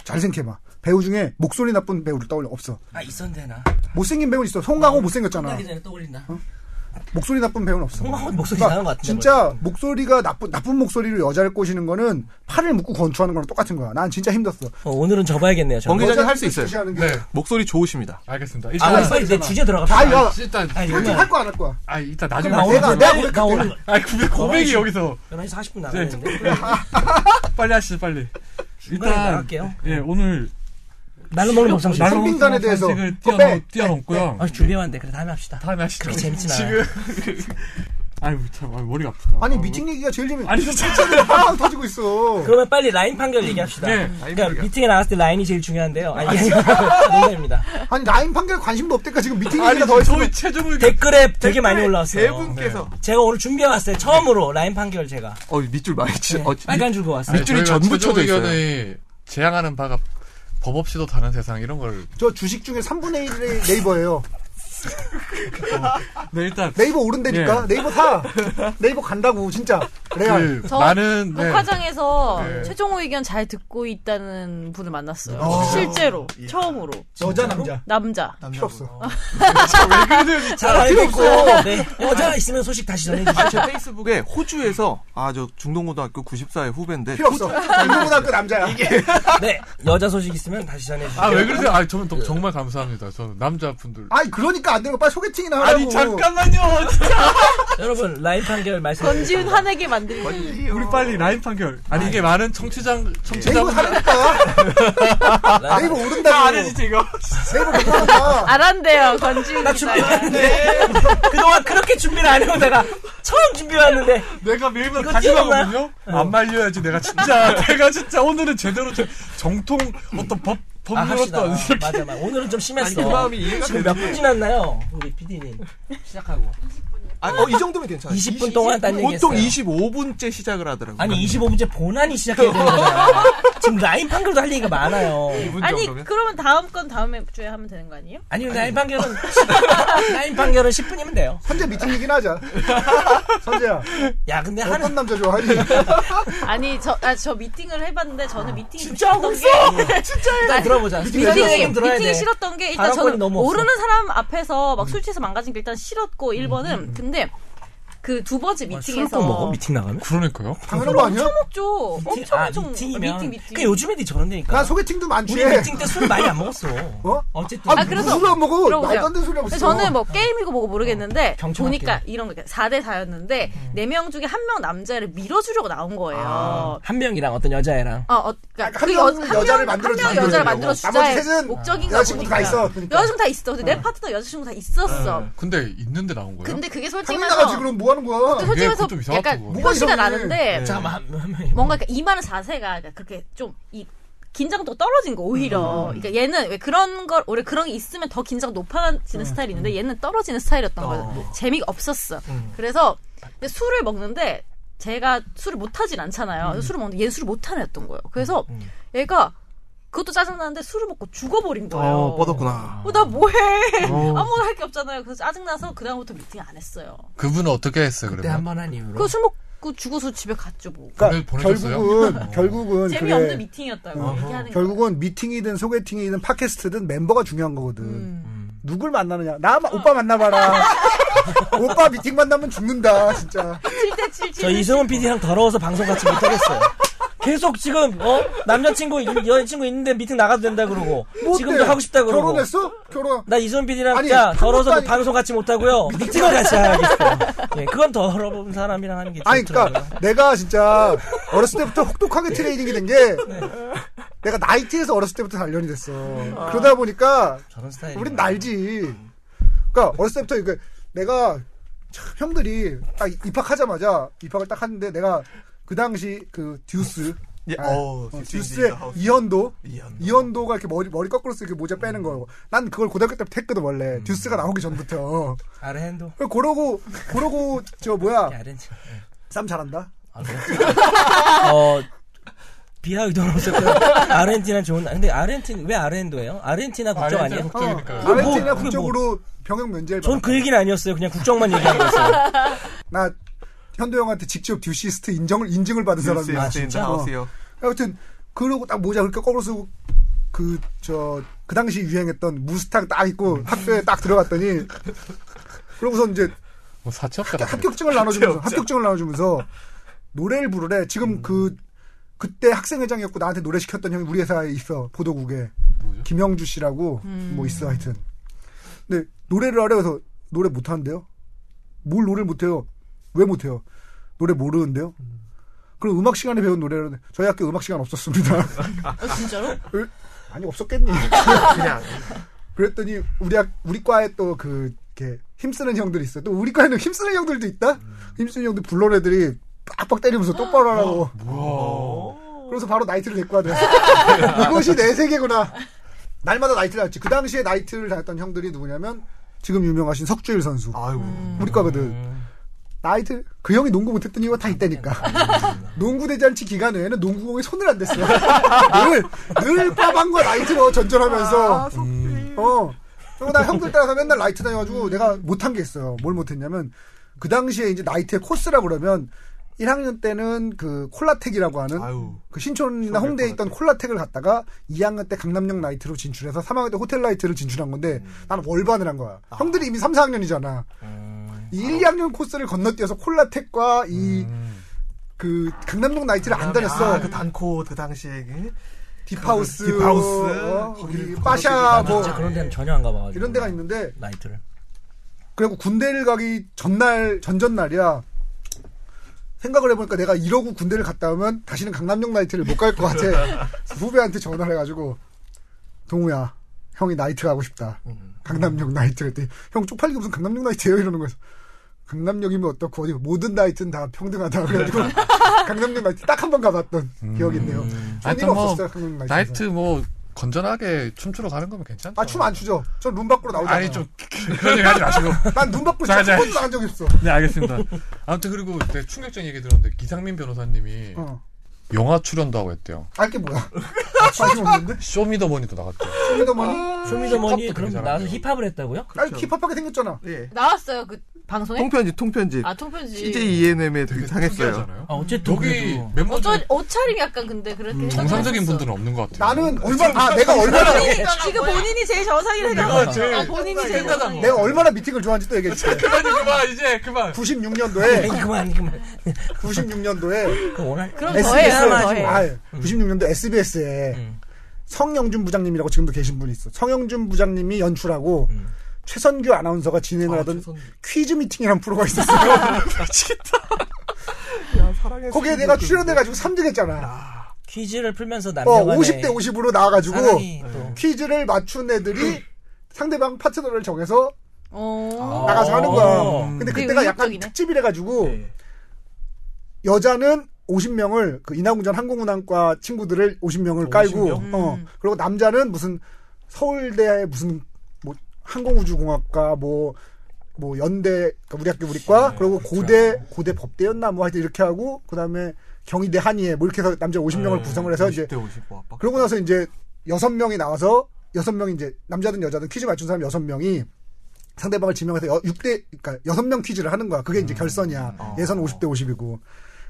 S4: 잘 생각해봐. 배우 중에 목소리 나쁜 배우를 떠올려 없어.
S2: 아 있었는데 나
S4: 못생긴 배우는 있어. 송강호 못생겼잖아.
S2: 끝나기 전에 떠올린다
S4: 목소리 나쁜 배우는 없어. 그러니까
S2: 송강호 목소리 나는 것 같은데,
S4: 진짜 목소리가 나쁜 나쁜 목소리로 여자를 꼬시는 거는 팔을 묶고 건초하는 거랑 똑같은 거야. 난 진짜 힘들었어.
S2: 어, 오늘은 접어야겠네요
S3: 권
S2: 저는
S3: 기자님 할 수 있어요.
S4: 하는 게.
S1: 네,
S3: 목소리 좋으십니다.
S1: 알겠습니다.
S2: 아
S1: 일단,
S2: 우리 빨리 내 주제
S4: 다
S2: 들어갑시다
S4: 이거
S1: 일단,
S2: 아니
S4: 솔직히
S2: 이거는
S4: 할 거야 안 할 거야.
S1: 아, 일단 나중에.
S4: 그럼
S1: 말씀-
S4: 내가- 내가 오늘
S2: 나 오늘
S1: 아니, 근데 고백이 여기서.
S2: 11시 40분
S4: 네,
S2: 나가는데
S1: 빨리 하시죠, 빨리.
S2: 중간에 나갈게요.
S1: 예, 오늘.
S2: 날로 먹는 법상식
S4: 날로-
S1: 날로
S4: 선빙단에 대해서
S1: 상식을
S4: 그거
S1: 뛰어넘,
S4: 빼,
S1: 뛰어넘고요.
S2: 아, 준비해왔는데 그래 다음에 합시다
S1: 다음에 하시죠.
S2: 그렇게 재밌진
S1: 지금. [laughs] 아유, 참, 아유, 머리가 아프다.
S4: 아니 미팅 얘기가 제일 재밌. [laughs]
S1: 아니, 진짜.
S4: 빵 터지고 있어.
S2: 그러면 빨리 라인 판결 얘기합시다
S1: 네,
S2: 그러니까 미팅에 나갔을 때 라인이 제일 중요한데요 아니 아니 농담입니다
S4: 아니 라인 판결 관심도 없대까 지금 미팅
S1: 아니,
S4: 얘기가 더 있어.
S1: 저희 최종 의견.
S2: 댓글에 되게 많이 올라왔어요. 네.
S3: 세 분께서
S2: 제가 오늘 준비해왔어요. 처음으로 라인 판결 제가
S3: 어 밑줄 많이 치.
S2: 네,
S3: 어,
S2: 빨간 줄 그어왔어요.
S3: 밑줄이
S1: 저희가
S3: 전부
S1: 최종
S3: 쳐져 있어요.
S1: 의견의 제향하는 바가 법 없이도 다른 세상 이런 걸.
S4: 저 주식 중에 3분의 1의 네이버예요.
S1: 네, 일단.
S4: 네이버 오른다니까. 네이버 사. 네이버 간다고 진짜. 레알.
S1: 그,
S5: 저
S1: 많은. 네.
S5: 녹화장에서
S1: 네.
S5: 최종 의견 잘 듣고 있다는 분을 만났어요.
S4: 어.
S5: 실제로
S2: 예.
S5: 처음으로
S4: 여자 남자.
S5: 남자.
S4: 필요 없어. 아,
S2: 잘 알고
S4: 필요
S2: 있고
S4: 없어요.
S2: 네. 여자 있으면 소식 다시 전해주세요.
S3: 아, 제 페이스북에 호주에서 아 저 중동고등학교 94의 후배인데
S4: 필요 없어. 중고등학교 남자야.
S2: 네, 여자 소식 있으면 다시 전해주세요.
S1: 아, 왜 그러세요? 아, 저는 또 정말 감사합니다. 저는 남자분들.
S4: 아니 그러니까 안 되는 거 빨리 소개팅이나 하라고.
S1: 아니, 잠깐만요.
S2: 여러분 라인 판결 말씀해주세요.
S5: 권지훈 한에게 만들기.
S1: 우리 빨리 라인 판결. 아니 이게 많은 청취자 청취자
S4: 네이버 사라니까. 네이버 오른다고.
S1: 이거.
S4: 네이버 간다니까.
S5: 안 한대요, 권지훈
S2: 아. 나
S5: 기자.
S2: 준비했는데 그동안 그렇게 준비를 안 해고 내가 처음 준비해왔는데
S1: 내가 매일마다
S2: 이거
S1: 다짐하거든요. 안 말려야지 내가 진짜 내가 진짜 오늘은 제대로 제- 정통 어떤 법
S2: 아
S1: 법률
S2: 합시다.
S1: 어떤 이렇게
S2: 맞아, 맞아. 오늘은 좀 심했어.
S3: 아니, 그 마음이 이해가
S2: 지금 몇 분 지났나요, 우리 PD님? 시작하고
S3: 아니, 어, 이 정도면 괜찮아요.
S2: 20분 동안 딴 얘기
S3: 보통
S2: 했어요.
S3: 25분째 시작을 하더라고요.
S5: 그러니까.
S2: 아니 25분째 본안이 시작해야 되는
S5: [laughs]
S2: 거잖아. 지금 라인 판결도 할 얘기가 많아요.
S3: 2분
S5: 아니
S3: 정도면?
S5: 그러면 다음 건 다음 주에 하면 되는 거 아니에요?
S2: 아니 라인 판결은 라인 판결은 10분이면 돼요.
S4: 선재 미팅이긴 하자. 선재야,
S2: 야 근데 하는
S4: 어떤 남자 좋아하니?
S5: 아니 저, 아, 저 미팅을 해봤는데 저는 미팅이 좀
S2: 아. 진짜 하고 있어. 일단 들어보자.
S5: 미팅이,
S2: 미팅 들어야
S5: 미팅이
S2: 돼.
S5: 싫었던 게 일단
S2: 발언권이
S5: 저는
S2: 너무 없어.
S5: 모르는 사람 앞에서 막 술 취해서 망가진 게 일단 싫었고
S4: 음,
S5: 1번은 근데 그 두
S4: 아,
S5: 번째 미팅에서
S2: 술도 먹어 미팅 나가면?
S1: 그러니까요.
S4: 당연한 거 아니야? 그러니까
S5: 죠 엄청
S2: 아,
S5: 엄청
S2: 미팅이면.
S5: 미팅 미팅.
S2: 그 요즘 애들이 저런 데니까.
S4: 난 소개팅도 많지.
S2: 우리 미팅 때 술 많이 안 먹었어.
S4: 어?
S2: 어쨌든
S4: 아,
S5: 아, 그래서-
S4: 무슨 안 먹어?
S5: 들어보세요.
S4: 말도 안 되는 소리 하고
S5: 근데
S4: 있어. 어,
S5: 저는 뭐 게임이고 뭐고 모르겠는데
S2: 경청할게요.
S5: 보니까 이런 거 4대 4였는데
S4: 음.
S5: 네 4명 중에 한 명 남자를 밀어주려고 나온 거예요.
S2: 한 명이랑 어떤 여자애랑
S5: 어, 어,
S4: 아. 한
S5: 그러니까 그 여-
S4: 명은 여자를
S5: 한
S4: 만들어주-
S5: 명 여자를
S4: 만들어주려고.
S5: 만들어
S4: 나머지
S5: 주자의
S4: 셋은
S5: 목적인가
S4: 여자친구도 다
S5: 보니까.
S4: 있어. 그러니까.
S5: 여자친구 다 있어. 근데 내 파트너 여자친구 다 있었어.
S1: 근데 있는데 나온 거예요?
S5: 근데 그게 솔직히
S4: 당연
S5: 말해서
S4: 나가지 그럼 뭐 하는 거야?
S5: 솔직히
S1: 그게 좀
S5: 말해서
S1: 이상하다,
S5: 약간
S1: 그거.
S5: 표시가
S4: 뭐가 이상해.
S5: 나는데
S3: 네.
S2: 잠깐만 한- 한 명이
S5: 뭔가 그러니까 이만한 자세가 그렇게 좀 이 긴장도 떨어진 거 오히려. 그러니까 얘는 왜 그런 걸 원래 그런 게 있으면 더 긴장 높아지는 스타일이 있는데 얘는 떨어지는 스타일이었던 거예요. 재미가 없었어. 그래서 근데 술을 먹는데 제가 술을 못 하진 않잖아요. 그래서 술을 먹는데 얘는 술을 못 하는 애였던 거예요. 그래서 얘가 그것도 짜증나는데 술을 먹고 죽어버린 거예요.
S3: 어, 뻗었구나.
S5: 어, 나 뭐해?
S1: 어.
S5: 아무것도 할 게 없잖아요. 그래서 짜증나서 그다음부터 미팅 안 했어요.
S1: 그분은 어떻게 했어요,
S2: 그때
S1: 그러면?
S2: 한 번 한 이후로
S5: 그 술 먹고 죽어서 집에 갔죠 뭐.
S2: 네,
S4: 그러니까
S1: 보내- 보내줬어요?
S4: 결국은
S2: [laughs]
S4: 결국은
S5: 재미없는
S4: 그게
S5: 미팅이었다고
S4: 어.
S5: 얘기하는 거.
S4: 결국은 미팅이든 소개팅이든 팟캐스트든 멤버가 중요한 거거든.
S5: 음.
S4: 누굴 만나느냐? 나 마-
S5: [laughs]
S4: 오빠 만나봐라. 오빠 미팅 만나면 죽는다 진짜.
S5: 7대 7, 7대
S2: 저 이승훈 PD랑 더러워서 방송 같이 못하겠어요. 계속 지금 어 남자친구 이- 여자친구 있는데 미팅 나가도 된다 그러고
S4: 뭐
S2: 지금도
S4: 어때?
S2: 하고 싶다 그러고
S4: 결혼했어? 결혼.
S2: 나 이승훈 PD랑
S4: 아니,
S2: 자
S4: 한
S2: 더러워서
S4: 번도
S2: 그
S4: 아니-
S2: 방송 같이 못하고요 미팅을 같이 하겠어요. 예, 그건 더러운 사람이랑 하는 게
S4: 그러니까 아니
S2: 좋더라고요.
S4: 그러니까 내가 진짜 어렸을 때부터 혹독하게 트레이닝이 된 게
S2: 네.
S4: 내가 나이트에서 어렸을 때부터 단련이 됐어.
S2: 아.
S4: 그러다 보니까
S2: 저런 스타일.
S4: 우린 날지. 그러니까 어렸을 때부터 이게 내가 참 형들이 딱 입학하자마자 입학을 딱 하는데 내가 그 당시 그 듀스
S3: 예,
S4: 아,
S3: 어,
S4: 어,
S3: 뉴스에
S4: 듀스의 이현도
S3: 이현.
S4: 이현도가 이렇게 머리 머리 거꾸로 쓰 이렇게 모자 빼는 거. 난 그걸 고등학교 때부터 했거든 원래 듀스가 나오기 전부터.
S2: 아르헨도.
S4: 그러고그러고저
S2: 야,
S4: 뭐야
S2: 아르헨티나.
S4: 쌈 잘한다.
S2: 아, 그래요? [laughs] 어 비하 의도는 없었고요. 아르헨티나 좋은. 근데 아르헨티나 왜 아르헨도예요? 아르헨티나 국적 아니에요?
S4: 어,
S1: 걱정이니까요.
S2: 뭐,
S4: 아르헨티나
S2: 그게
S4: 국적으로 병역 면제를
S2: 전
S4: 받았다.
S2: 그 얘기는 아니었어요. 그냥 국적만 얘기한 거였어요.
S4: 나 현도 형한테 직접 듀시스트 인정을 인증을 받은
S3: 뉴스에
S2: 아,
S4: 사람이야.
S3: 뉴스에
S4: 어.
S3: 나오세요.
S4: 아무튼 그러고 딱 모자 그렇게 꺼로 쓰고 그 저 그 당시 유행했던 무스탕 딱 입고 학교에 딱 들어갔더니 그러고서 이제
S1: 뭐 사채업자
S4: 아,
S1: 같은 거.
S4: 합격증을 나눠주면서 합격증을 나눠주면서 노래를 부르래. 지금 그 그때 학생회장이었고 나한테 노래 시켰던 형이 우리 회사에 있어 보도국에
S1: 뭐죠?
S4: 김영주 씨라고 뭐 있어 하여튼. 근데 노래를 하래 그래서 노래 못하는데요. 뭘 노래를 못해요? 왜 못해요? 노래 모르는데요. 그럼 음악 시간에 배운 노래를 저희 학교 음악 시간 [laughs] 없었습니다.
S5: 아, 진짜로?
S4: 을- 아니 어? 없었겠니? [laughs] 그냥 그랬더니 우리 학 우리 과에 또 그 이렇게 힘쓰는 형들이 있어. 또 우리 과에는 힘쓰는 형들도 있다. 힘쓰는 형들 불러온 애들이 빡빡 때리면서 똑바로 하라고. 그래서 바로 나이트를 데리고 와대. [laughs] 이것이 내 세계구나. 날마다 나이트를 했지. 그 당시에 나이트를 다녔던 형들이 누구냐면 지금 유명하신 석주일 선수.
S3: 아유.
S4: 우리 과거든. 나이트 그 형이 농구 못했던 이유가 다 있다니까.
S3: 음.
S4: 농구 대잔치 기간 외에는 농구공에 손을 안 댔어. 늘늘 빠방과 라이트로 뭐 전전하면서. 어. 그리고 나 형들 따라서 맨날 라이트 다녀가지고 내가 못한 게 있어요. 뭘 못했냐면 그 당시에 이제 나이트의 코스라 그러면 1학년 때는 그 콜라텍이라고 하는
S3: 아유.
S4: 그 신촌이나
S3: 콜라텍,
S4: 홍대에 있던 콜라텍을 갔다가 2학년 때 강남역 나이트로 진출해서 3학년 때 호텔 나이트를 진출한 건데 나는 월반을 한 거야. 형들이 이미 3, 4학년이잖아. 이 1, 2학년 코스를 건너뛰어서 콜라텍과 이, 그, 강남동 나이트를 안 다녔어.
S3: 아, 그 단코 그 당시에 그
S4: 딥하우스,
S3: 그 딥하우스,
S4: 어,
S3: 거기를
S4: 거기 빠샤, 뭐,
S2: 진짜 아, 그런 데는 전혀 안 가봐가지고.
S4: 이런 데가 있는데,
S2: 나이트를.
S4: 그리고 군대를 가기 전날, 전전날이야. 생각을 해보니까 내가 이러고 군대를 갔다 오면 다시는 강남역 나이트를 못 갈 것 같아. 후배한테 전화를 해가지고, 동우야, 형이 나이트 가고 싶다. 강남역 나이트 그랬더니, 형 쪽팔리게 무슨 강남역 나이트예요? 이러는 거야. 강남역이면 어떻고 어디 모든 나이트는 다 평등하다 그래가지고 강남역 나이트 딱 한 번 가봤던 기억이 있네요.
S1: 음. 하여튼
S4: 손님
S1: 뭐
S4: 없었어요 강남 나이트.
S1: 나이트 뭐 건전하게 춤추러 가는 거면 괜찮죠.
S4: 그 아, 춤 안 추죠? 저 룸 밖으로 나오잖아요.
S1: 아니 좀 그런 얘기 하지 마시고.
S4: 난눈 밖으로
S1: [laughs] 자,
S4: 진짜
S1: 자.
S4: 한 번도 나간 적이 없어.
S1: 네 알겠습니다. 아무튼 그리고 되게 충격적인 얘기 들었는데 기상민 변호사님이
S4: 어.
S1: 영화 출연도 하고 했대요.
S4: 알게 뭐야. 아, 관심 없는데?
S1: 쇼미더머니도 나갔대요.
S4: 쇼미더머니?
S2: 쇼미더머니
S1: 힙합도
S2: 그럼
S1: 되게
S2: 나와서
S1: 잘하네요.
S2: 힙합을 했다고요?
S4: 아니, 힙합하게 생겼잖아.
S3: 예.
S5: 나왔어요 그 방송에.
S3: 통편집, 통편집.
S5: 아 통편지.
S3: CJ ENM에
S1: 네,
S3: E 되게 상했어요.
S1: 특이하잖아요.
S2: 아, 어쨌든
S1: 여기
S2: 그래도.
S1: 멤버
S5: 어쩌
S1: 중
S5: 옷차림이 약간 근데 그렇게
S1: 음. 정상적인
S5: 해가지고
S1: 분들은 없는 것 같아요. [laughs]
S4: 나는
S2: 그렇죠.
S4: 얼마나, 아, 내가 얼마나,
S5: 했었어. 본인이- 지금 본인이 제일 정상이라 생각하고.
S1: 제일
S5: 아, 본인이 제일
S1: 생각한
S5: 정상이.
S4: 내가 얼마나 미팅을 좋아하는지 또 얘기해줄게.
S1: 그만 그만 이제 그만.
S4: 96년도에,
S2: 아니, 그만 그만.
S4: 96년도에,
S2: 그 오늘
S5: 그럼 더해,
S4: SBS,
S5: 그럼 더해.
S4: 아, 96년도 SBS에
S2: 음.
S4: 성영준 부장님이라고 지금도 계신 분이 있어. 성영준 부장님이 연출하고,
S2: 음.
S4: 최선규 아나운서가 진행을 하던 퀴즈 미팅이라는 프로가 있었어요.
S2: [laughs]
S3: 야, 사랑해.
S4: 거기에 내가 출연해가지고 3등 했잖아.
S2: 퀴즈를 풀면서
S4: 어,
S2: 남녀간의
S4: 50대 50으로 나와가지고
S2: 사랑이 또.
S4: 퀴즈를
S2: [clears throat]
S4: 맞춘 애들이 상대방 파트너를 정해서
S5: 어.
S2: 아.
S4: 나가서 하는 거야.
S2: 음.
S4: 근데
S5: 되게
S4: 그때가 약간
S5: 의욕적이네.
S4: 특집이래가지고 여자는 50명을 그 인하공전 항공운항과 친구들을 50명을 깔고
S2: 50
S4: 어, 그리고 남자는 무슨 서울대 무슨 뭐 항공우주공학과 뭐 뭐 연대 그러니까 우리 학교 우리과 그리고 고대 고대 법대였나 뭐 하여튼 이렇게 하고 그다음에 경희대 한의회 뭐 이렇게 해서 남자 50명을 구성을 해서 이제
S3: 50대 50 뭐, 압박.
S4: 그러고 나서 이제 여섯 명이 나와서 여섯 명이 이제 남자든 여자든 퀴즈 맞춘 사람 여섯 명이 상대방을 지명해서 여, 6대 그러니까 여섯 명 퀴즈를 하는 거야. 그게 이제 결선이야. 예선 50대 50이고.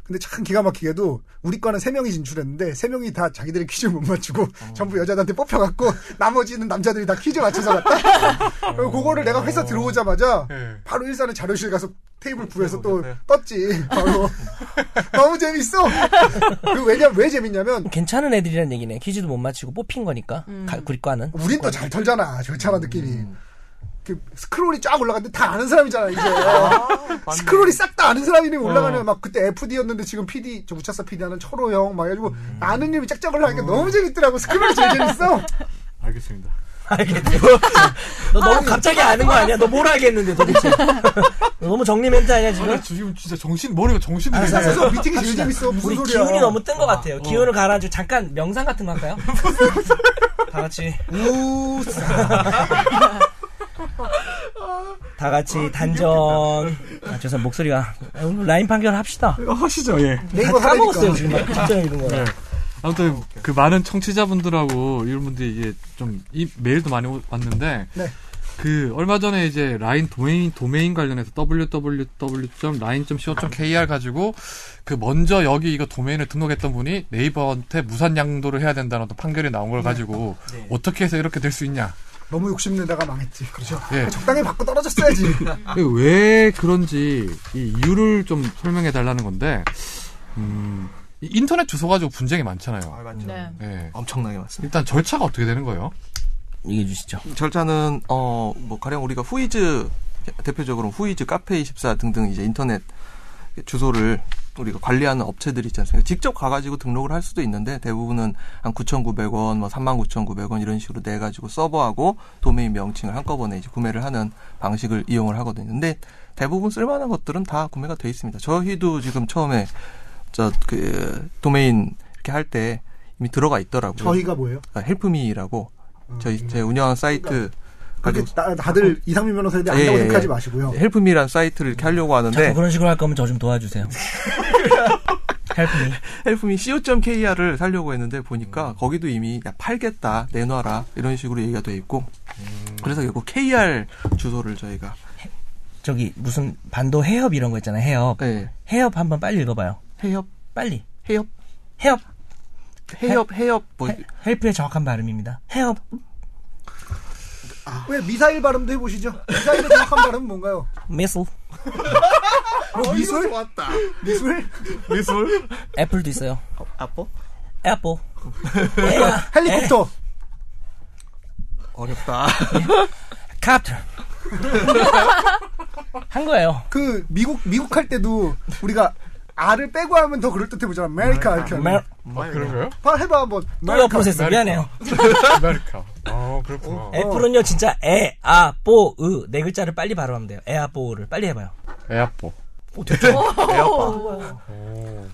S4: 근데 참 기가 막히게도 우리 과는 세 명이 진출했는데 세 명이 다 자기들이 퀴즈 못 맞추고 전부 여자들한테 뽑혀갖고 [laughs] 나머지는 남자들이 다 퀴즈 맞춰서 [laughs] 갔다. 그리고 그거를 내가 회사 들어오자마자
S1: 예.
S4: 바로 일산의 자료실 가서 테이블 구해서 또
S3: 네.
S4: 떴지. [laughs] 바로 너무 재밌어. 그 왜냐 왜 재밌냐면
S2: 괜찮은 애들이란 얘기네. 퀴즈도 못 맞히고 뽑힌 거니까. 가, 구리과는. [laughs]
S4: 우린 또 잘 털잖아. 절차나 느낌이. 그 스크롤이 쫙 올라갔는데 다 아는 [laughs] 사람이잖아 어. 이제 어. 스크롤이 싹 다 아는 사람이 올라가면 막 그때 FD였는데 지금 PD 저 무차사 PD 하는 철호 형막 해가지고 아는 이름이 짝짝 올라가니까 너무 재밌더라고 스크롤이 제일 [laughs] 재밌어
S1: 알겠습니다.
S2: 알겠네. 너 너무 갑자기 아는 거 아니야? 너 뭘 알겠는데 도대체? 너 너무 정리 멘트 아니야 지금?
S1: 지금 진짜 정신 머리가 정신이 아,
S4: 그래서 미팅이 제일 재밌어
S2: 우리
S4: 무슨 소리야 어.
S2: 기운이 너무 뜬 것 같아요. 기운을 가라앉히고 잠깐 명상 같은 거
S4: [laughs]
S2: 할까요? 다 같이 [laughs] 다 같이
S4: 아,
S2: 단전. 아, 죄송 목소리가 아, 오늘 라인 판결 합시다.
S1: 하시죠 예.
S4: 네이버
S2: 다 까먹었어요
S4: 사라니까
S2: 지금 막 진짜 이런 거.
S1: 네. 아무튼 그 많은 청취자분들하고 이런 분들이 이게 좀 이, 메일도 많이 오- 왔는데
S4: 네.
S1: 그 얼마 전에 이제 라인 도메인 도메인 관련해서 www.line.co.kr 가지고 그 먼저 여기 이거 도메인을 등록했던 분이 네이버한테 무산 양도를 해야 된다는 어떤 판결이 나온 걸 가지고 어떻게 해서 이렇게 될 수 있냐?
S4: 너무 욕심내다가 망했지 그렇죠
S1: 예.
S4: 적당히 받고 떨어졌어야지
S1: 이게 왜 그런지 이 이유를 좀 설명해 달라는 건데 음, 이 인터넷 주소 가지고 분쟁이 많잖아요.
S3: 아, 맞죠.
S5: 네.
S1: 예.
S3: 엄청나게 많습니다.
S1: 일단 절차가 어떻게 되는 거예요?
S2: 얘기해 주시죠.
S3: 음, 절차는 어, 뭐 가령 우리가 후이즈 대표적으로 후이즈 카페 24 등등 이제 인터넷 주소를 우리가 관리하는 업체들이 있지 않습니까? 직접 가가지고 등록을 할 수도 있는데 대부분은 한 9,900원, 뭐 39,900원 이런 식으로 내 가지고 서버하고 도메인 명칭을 한꺼번에 이제 구매를 하는 방식을 이용을 하거든요. 근데 대부분 쓸만한 것들은 다 구매가 돼 있습니다. 저희도 지금 처음에 저 그 도메인 이렇게 할 때 이미 들어가 있더라고요.
S4: [laughs] 저희가 뭐예요
S3: 아, 헬프미라고 저희 제 운영하는 사이트
S4: 음. 그러니까 그렇게 다, 다들 이상민 변호사에 대해 안다고
S3: 예, 예,
S4: 생각하지
S3: 예.
S4: 마시고요 음.
S3: 헬프미라는 사이트를 이렇게 하려고
S2: 자꾸
S4: 네.
S3: 하는데
S2: 그런 식으로 할 거면 저 좀
S4: [laughs]
S2: 도와주세요. 헬프미.
S3: 헬프미 co.kr을 살려고 했는데
S4: 음.
S3: 보니까 거기도 이미 야, 팔겠다 내놔라 이런 식으로 얘기가 돼 있고
S4: 음.
S3: 그래서 결국 kr 주소를 저희가
S2: 저기 무슨 반도 해협 이런 거 있잖아요. 해협.
S4: 네.
S3: 예
S2: 해협 한번 빨리 읽어봐요.
S3: 해협
S2: 빨리.
S3: 해협
S2: 해협.
S3: 해협 해협 뭐
S4: 네.
S2: 헬- 헬프의 정확한 발음입니다. 해협.
S4: 왜 미사일 발음도 해보시죠 미사일의 정확한 발음은 뭔가요
S2: 미술.
S4: 뭐, 미술? 왔다 미술?
S3: 미술
S2: 애플도 있어요. 예.
S3: 아빠
S2: 애플. [laughs]
S4: 헬리콥터
S3: 어렵다
S2: 캡터. 예. [laughs] 한 거예요.
S4: 그 미국 미국 할 때도 우리가 R을 빼고 하면 더 그럴듯해 보잖아. 메리카 이렇게 하면.
S2: 멜-
S1: 그런가요?
S4: 봐, 해봐 한번.
S2: 또 옆으로 샜어. 미안해요.
S1: 아메리카. 아
S2: 어?
S4: 어.
S1: 그렇구나.
S2: 애플은요 진짜 에, 아, 뽀, 으. 네 글자를 빨리 발음하면 돼요. 에, 아, 뽀, 으를. 빨리 해봐요.
S1: 에어포.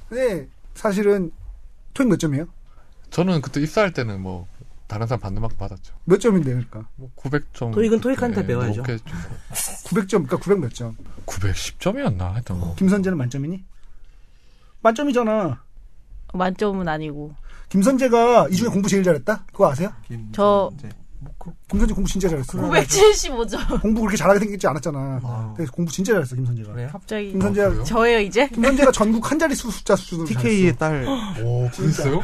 S4: 네, 사실은 토익 몇 점이에요?
S1: 저는 그때 입사할 때는 뭐 다른 사람 받는 만큼 받았죠.
S4: 몇 점인데 그러니까
S1: 뭐 900점. 네, 뭐
S2: 토익은 토익한테 배워야죠.
S4: 900점 그러니까 900 몇 점.
S1: 910점이었나 뭐. 했던 거.
S4: 김선재는 만점이니? 만점이잖아.
S5: 만점은 아니고
S4: 김선재가 이 중에 공부 제일 잘했다? 그거 아세요?
S3: 김-
S5: 저-
S3: 이제 뭐 그-
S4: 김선재 공부 진짜 잘했어.
S5: 975점.
S4: 공부 그렇게 잘하게 생기지 않았잖아.
S3: 아.
S4: 그래서 공부 진짜 잘했어 김선재가.
S2: 그래요?
S5: [laughs] 갑자기
S1: 아,
S4: 김선재가
S1: 그래요?
S5: 저예요 이제.
S4: 김선재가 전국 한 자리 수 숫자 수준으로
S3: [laughs] [laughs] TK의
S4: 잘했어.
S3: 딸
S1: 오, 그랬어요?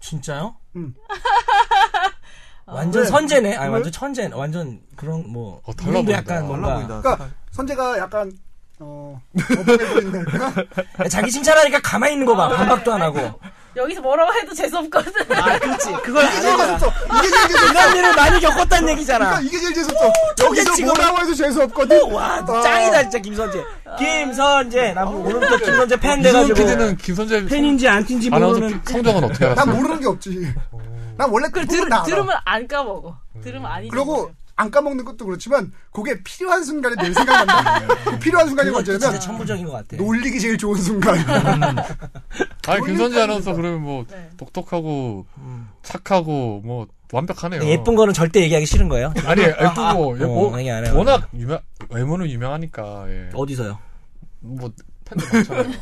S2: 진짜요?
S4: 응.
S2: [laughs] 완전
S4: 왜?
S2: 선재네. 아니
S4: 왜?
S2: 완전 천재. 완전 그런 뭐
S1: 어, 달라
S2: 우리도
S1: 보인다.
S2: 약간
S3: 달라
S2: 뭔가
S3: 보인다.
S4: 그러니까 선재가 약간 어 [laughs] 어분해 보이는 거야.
S2: 자기 칭찬하니까 가만히 있는 거 봐. 반박도 안 하고.
S5: 여기서 뭐라고 해도 재수 없거든.
S2: 아 그렇지. 그걸
S4: 이게 제일 재수없어. 이게 제일 재수없어.
S2: 그런 일을 많이 겪었다는
S4: 그러니까
S2: 얘기잖아.
S4: 이게 제일 재수없어.
S2: 저게
S4: 여기서
S2: 지금-
S4: 뭐라고 해도
S2: [laughs]
S4: 재수없거든. 어.
S2: 와 짱이다 진짜 김선재. 김선재 나뭐 오늘부터 김선재 팬 돼가지고
S1: 이승훈 PD는 김선재
S2: 팬인지 안티인지
S1: 아나운서
S2: 모르는
S1: 성적은 어떻게
S4: 난
S1: 알았어요?
S4: 모르는 게 없지. 난 원래
S5: 그걸
S4: 그
S5: 들,
S4: 부분 다 알아.
S5: 들으면 안 까먹어. 들으면 안 잊어.
S4: 그리고 안 까먹는 것도 그렇지만 그게 필요한 순간에 늘 생각난다. 그 필요한 순간이
S2: 그건 아, 진짜
S4: 언제냐면
S2: 천부적인 것 같아.
S4: 놀리기 제일 좋은 순간.
S1: 아니, 김선재
S4: 모르는
S1: 아나운서 그러면 뭐
S5: 네.
S1: 똑똑하고 착하고 뭐 완벽하네요.
S2: 예쁜 거는 절대 얘기하기 싫은 거예요.
S1: 아니, 예쁘고
S2: 아,
S1: 예, 뭐
S2: 어, 아니, 아니, 아니.
S1: 워낙 유명 외모는 유명하니까 예.
S2: 어디서요?
S1: 뭐 팬들 많잖아요.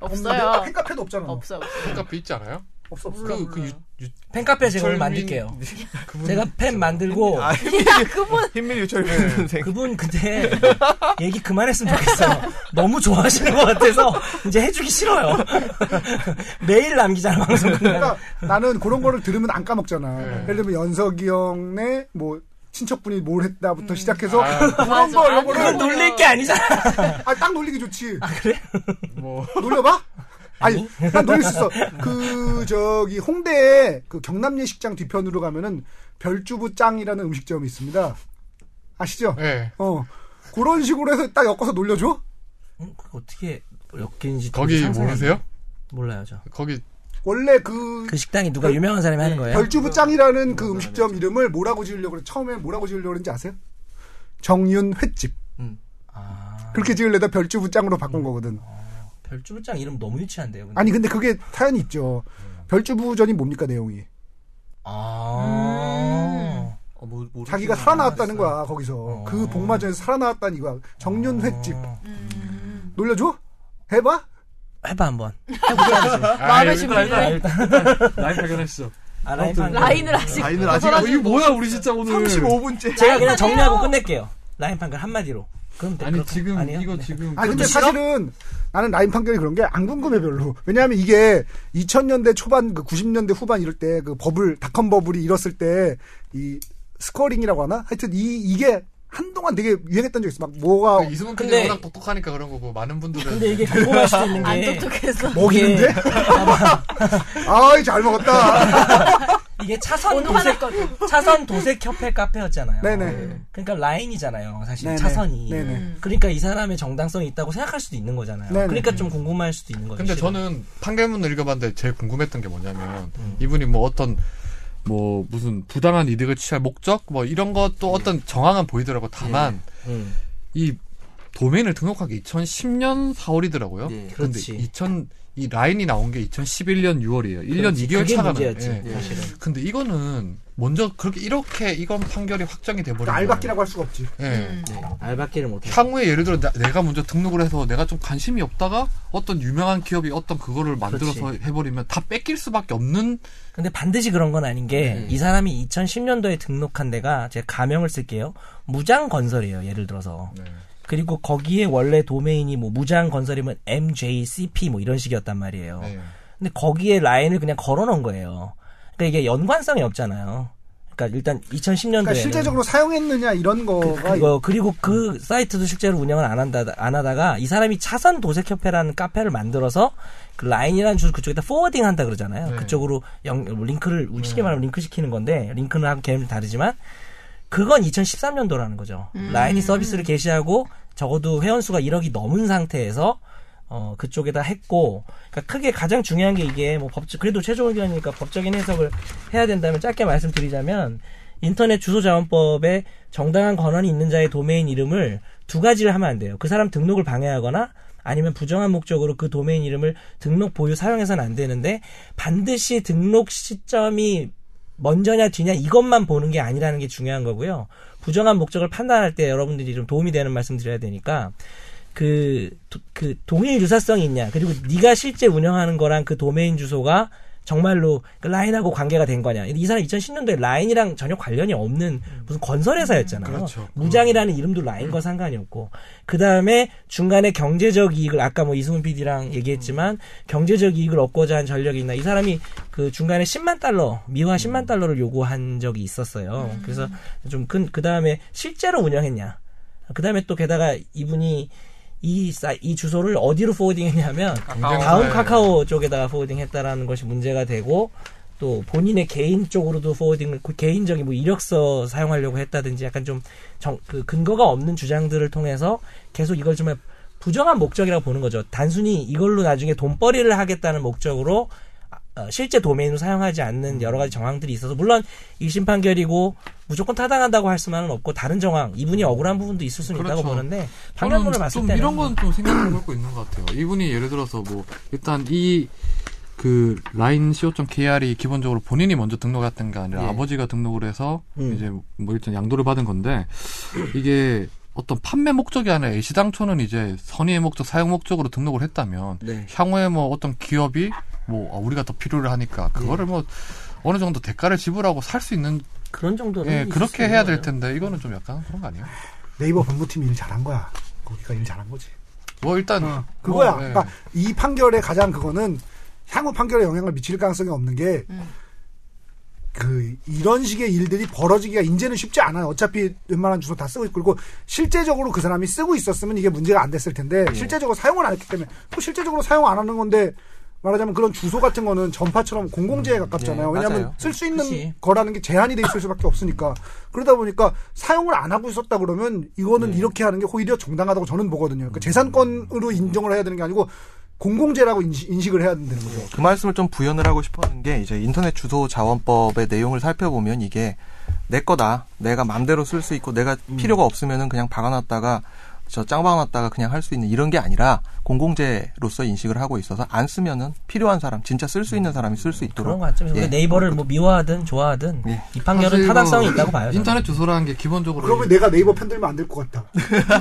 S4: [laughs]
S5: 없어요.
S4: 그 팬카페도 없잖아.
S5: 없어 없어.
S1: 팬카페 있지 않아요?
S4: 없어 없어.
S5: 몰라,
S1: 그, 그 유,
S5: 몰라.
S1: 유,
S2: 팬카페 제가 오늘
S1: 철민-
S2: 만들게요.
S1: 그분
S2: 제가
S1: [laughs]
S2: 팬 만들고
S3: 아,
S5: 야 그분
S3: 흰밀 유철민 선생
S2: 그분 근데 얘기 그만했으면 좋겠어. 너무 좋아하시는 것 같아서 이제 해주기 싫어요. [laughs] 메일 남기잖아 방송 끝나고.
S4: 그러니까 나는 그런 거를 들으면 안 까먹잖아.
S1: 네.
S4: 예를 들면 연석이 형네 뭐 친척분이 뭘 했다부터 시작해서
S1: 아.
S4: 그런
S5: 맞아.
S4: 거 이런
S2: 그건
S4: 거를
S5: 아니요.
S2: 놀릴 게 아니잖아.
S4: 아 딱 놀리기 좋지.
S1: 뭐
S4: 놀려봐? 아니, 난 놀릴 수 있어. 그, 저기, 홍대에 그 경남 예식장 뒤편으로 가면은 별주부 짱이라는 음식점이 있습니다. 아시죠?
S1: 예.
S4: 어. 그런 식으로 해서 딱 엮어서 놀려줘?
S2: 음, 그거 어떻게 엮인지
S1: 거기
S2: 상상이 안
S1: 모르세요?
S2: 돼. 몰라요 저.
S1: 거기
S4: 원래 그,
S2: 그 식당이 누가 유명한 사람이 하는 거예요?
S4: 별주부 짱이라는 그 음식점 이름을 뭐라고 지으려고, 그래? 처음에 뭐라고 지으려고 그는지 아세요? 정윤 횟집.
S3: 음.
S2: 아
S4: 그렇게 지으려다 별주부 짱으로 바꾼 거거든.
S2: 별주부장 이름 너무 유치한데요. 근데.
S4: 아니, 근데 그게 사연이 있죠. 별주부전이 뭡니까, 내용이?
S2: 아.
S3: 어, 뭐, 모르겠어요.
S4: 자기가 살아나왔다는 거야, 거기서. 그
S2: 어.
S4: 복마전에서 살아나왔다는 이거야. 정윤 횟집.
S2: 어.
S4: 놀려줘? 해봐? 음.
S2: 해봐 한번.
S5: 마음의
S1: 여기다,
S5: 준비를.
S1: 여기다, 여기다. 라인 발견했어.
S2: 아, 라인 판-
S5: 라인을 아직
S3: 라인을 아직
S1: 어, 이거 뭐야 우리 진짜 오늘.
S3: 35분째
S2: 제가 그냥
S5: 라인판이에요.
S2: 정리하고 끝낼게요. 라인 판결 한마디로. 그럼 돼.
S1: 아니
S2: 그렇다.
S1: 지금
S2: 아니에요?
S1: 이거
S2: 네.
S1: 지금
S4: 아니 근데
S2: 싫어?
S4: 사실은 나는 라인 판결이 그런 게 안 궁금해 별로. 왜냐하면 이게 2000년대 초반 그 90년대 후반 이럴 때 그 버블 닷컴 버블이 일었을 때 이 스코링이라고 하나? 하여튼 이 이게 한동안 되게 유행했던 적이 있어. 막 뭐가
S1: 그 이승훈
S2: 아, 근데-
S1: PD가 워낙 똑똑하니까 그런 거고 많은 분들은
S2: 근데 이게 궁금할 수도 있는
S5: 안
S2: 게
S5: 똑똑해서.
S4: 먹이는데? 아이
S2: [laughs]
S4: 잘 먹었다.
S2: 이게 차선
S5: [laughs] 오늘 화날
S2: 도색
S5: 거든.
S2: 차선 도색 협회 카페였잖아요.
S4: 네네.
S2: 그러니까 라인이잖아요. 사실
S4: 네네.
S2: 차선이.
S4: 네네.
S5: 음.
S2: 그러니까 이 사람의 정당성이 있다고 생각할 수도 있는 거잖아요.
S4: 네네.
S2: 그러니까 좀 궁금할 수도 있는 거죠.
S1: 근데
S2: 실은.
S1: 저는 판결문을 읽어봤는데 제일 궁금했던 게 뭐냐면
S2: 음.
S1: 이분이 뭐 어떤 뭐 무슨 부당한 이득을 취할 목적 뭐 이런
S2: 예.
S1: 것도 어떤 정황은 보이더라고 다만
S2: 음.
S1: 이 도메인을 등록한 게 2010년 4월이더라고요.
S3: 예.
S1: 근데
S2: 그렇지.
S1: 2000 이 라인이 나온 게 2011년 6월이에요. 1년
S2: 그렇지.
S1: 2개월
S2: 그게
S1: 차가 나요.
S2: 문제였지.
S1: 예.
S2: 사실은.
S1: 근데 이거는 먼저 그렇게 이렇게 이건 판결이 확정이 돼 버린
S4: 그러니까 알바끼라고 할 수가 없지.
S1: 거예요. 예.
S4: 네.
S2: 네. 알바끼를 못해.
S1: 향후에 예를 들어 나- 내가 먼저 등록을 해서 내가 좀 관심이 없다가 어떤 유명한 기업이 어떤 그거를 만들어서
S2: 그렇지.
S1: 해버리면 다 뺏길 수밖에 없는
S2: 근데 반드시 그런 건 아닌 게
S4: 음.
S2: 이 사람이 2010년도에 등록한 데가 제가 가명을 쓸게요. 무장 건설이에요. 예를 들어서.
S4: 네.
S2: 그리고 거기에 원래 도메인이 뭐 무장 건설이면 MJCP 뭐 이런 식이었단 말이에요.
S1: 네.
S2: 근데 거기에 라인을 그냥 걸어놓은 거예요. 그러니까 이게 연관성이 없잖아요. 그러니까 일단 2010년도에
S4: 그러니까 실제적으로 사용했느냐 이런 거가
S2: 그거 그리고 그 사이트도 실제로 운영을 안 한다 안 하다가 이 사람이 차선 도색 협회라는 카페를 만들어서 그 라인이라는 줄 그쪽에다 포워딩 한다 그러잖아요.
S1: 네.
S2: 그쪽으로 영뭐 링크를 쉽게 말하면 링크 시키는 건데 링크는 하고 개념이 다르지만 그건 2013년도라는 거죠. 라인이 서비스를 개시하고 적어도 회원 수가 1억이 넘은 상태에서 어 그쪽에다 했고 그러니까 크게 가장 중요한 게 이게 뭐 법적 그래도 최종 의견이니까 법적인 해석을 해야 된다면 짧게 말씀드리자면 인터넷 주소자원법에 정당한 권한이 있는 자의 도메인 이름을 두 가지를 하면 안 돼요. 그 사람 등록을 방해하거나 아니면 부정한 목적으로 그 도메인 이름을 등록 보유 사용해서는 안 되는데 반드시 등록 시점이 먼저냐 뒤냐 이것만 보는 게 아니라는 게 중요한 거고요. 부정한 목적을 판단할 때 여러분들이 좀 도움이 되는 말씀 드려야 되니까 그, 도- 그 동일 유사성이 있냐 그리고 네가 실제 운영하는 거랑 그 도메인 주소가 정말로 그 라인하고 관계가 된 거냐 이 사람 2010년도에 라인이랑 전혀 관련이 없는 무슨 건설회사였잖아요
S1: 음. 그렇죠.
S2: 무장이라는 이름도 라인과 상관이 없고 그 다음에 중간에 경제적 이익을 아까 뭐 이승훈 PD랑 얘기했지만 경제적 이익을 얻고자 한 전력이 있나 이 사람이 그 중간에 10만 달러 미화 10만 달러를 요구한 적이 있었어요
S3: 음.
S2: 그래서 좀그 다음에 실제로 운영했냐 그 다음에 또 게다가 이분이 이, 사- 이 주소를 어디로 포워딩했냐면
S3: 카카오.
S2: 다음
S3: 네.
S2: 카카오 쪽에다가 포워딩했다라는 것이 문제가 되고 또 본인의 개인 쪽으로도 포워딩을 그 개인적인 뭐 이력서 사용하려고 했다든지 약간 좀 정 그 근거가 없는 주장들을 통해서 계속 이걸 정말 부정한 목적이라고 보는 거죠. 단순히 이걸로 나중에 돈벌이를 하겠다는 목적으로 아, 어, 실제 도메인으로 사용하지 않는 여러 가지 정황들이 있어서 물론 1심 판결이고 무조건 타당한다고 할 수만은 없고 다른 정황 이분이 억울한 부분도 있을 수는 있다고
S1: 그렇죠.
S2: 보는데 판결문을
S1: 저는
S2: 봤을
S1: 좀
S2: 때는 뭐
S1: 이런 건 좀 생각을 갖고 있는 것 같아요. 이분이 예를 들어서 뭐 일단 이 그 라인 co.kr이 기본적으로 본인이 먼저 등록했던 게 아니라
S3: 예.
S1: 아버지가 등록을 해서
S2: 음.
S1: 이제 뭐 일단 양도를 받은 건데 이게 어떤 판매 목적이 아니라 A 시당초는 이제 선의의 목적, 사용 목적으로 등록을 했다면
S3: 네.
S1: 향후에 뭐 어떤 기업이 뭐 아, 우리가 더 필요를 하니까 그거를
S4: 예.
S1: 뭐 어느 정도 대가를 지불하고 살 수 있는
S2: 그런
S4: 음,
S2: 정도는
S1: 예
S2: 있을 수
S1: 그렇게
S2: 있는
S1: 해야 될
S2: 거예요.
S1: 텐데 이거는 좀 약간 그런 거 아니에요?
S4: 네이버 법무팀이 일 잘한 거야. 거기가 일 잘한 거지.
S1: 뭐 일단
S4: 어, 그거야.
S3: 네.
S1: 뭐, 예.
S4: 그러니까 이 판결의 가장 그거는 향후 판결에 영향을 미칠 가능성이 없는 게.
S5: 음.
S4: 그 이런 식의 일들이 벌어지기가 이제는 쉽지 않아요. 어차피 웬만한 주소 다 쓰고 있고 그리고 실제적으로 그 사람이 쓰고 있었으면 이게 문제가 안 됐을 텐데
S3: 음.
S4: 실제적으로 사용을 안 했기 때문에 또 실제적으로 사용 안 하는 건데 말하자면 그런 주소 같은 거는 전파처럼 공공재에 가깝잖아요.
S3: 네,
S4: 왜냐하면
S3: 맞아요.
S4: 쓸 수 있는
S2: 그치.
S4: 거라는 게 제한이 돼 있을 수밖에 없으니까 그러다 보니까 사용을 안 하고 있었다 그러면 이거는 이렇게 하는 게 오히려 정당하다고 저는 보거든요. 그러니까 재산권으로 인정을 해야 되는 게 아니고 공공재라고 인식, 인식을 해야 되는 거죠.
S3: 그 말씀을 좀 부연을 하고 싶었는 게 이제 인터넷 주소 자원법의 내용을 살펴보면 이게 내 거다. 내가 마음대로 쓸 수 있고 내가 필요가 없으면은 그냥 박아놨다가 저 짱박아놨다가 그냥 할 수 있는 이런 게 아니라 공공재로서 인식을 하고 있어서 안 쓰면은 필요한 사람, 진짜 쓸 수 있는 사람이 쓸 수
S2: 그런
S3: 있도록.
S2: 것 같죠.
S3: 예.
S2: 네이버를 뭐 미워하든 좋아하든
S3: 예.
S2: 이
S1: 사실
S2: 판결은
S1: 이거
S2: 타당성이 있다고 봐요. 저는.
S1: 인터넷 주소라는 게 기본적으로
S4: 그러면 내가 네이버 편들면 안 될 것 같다.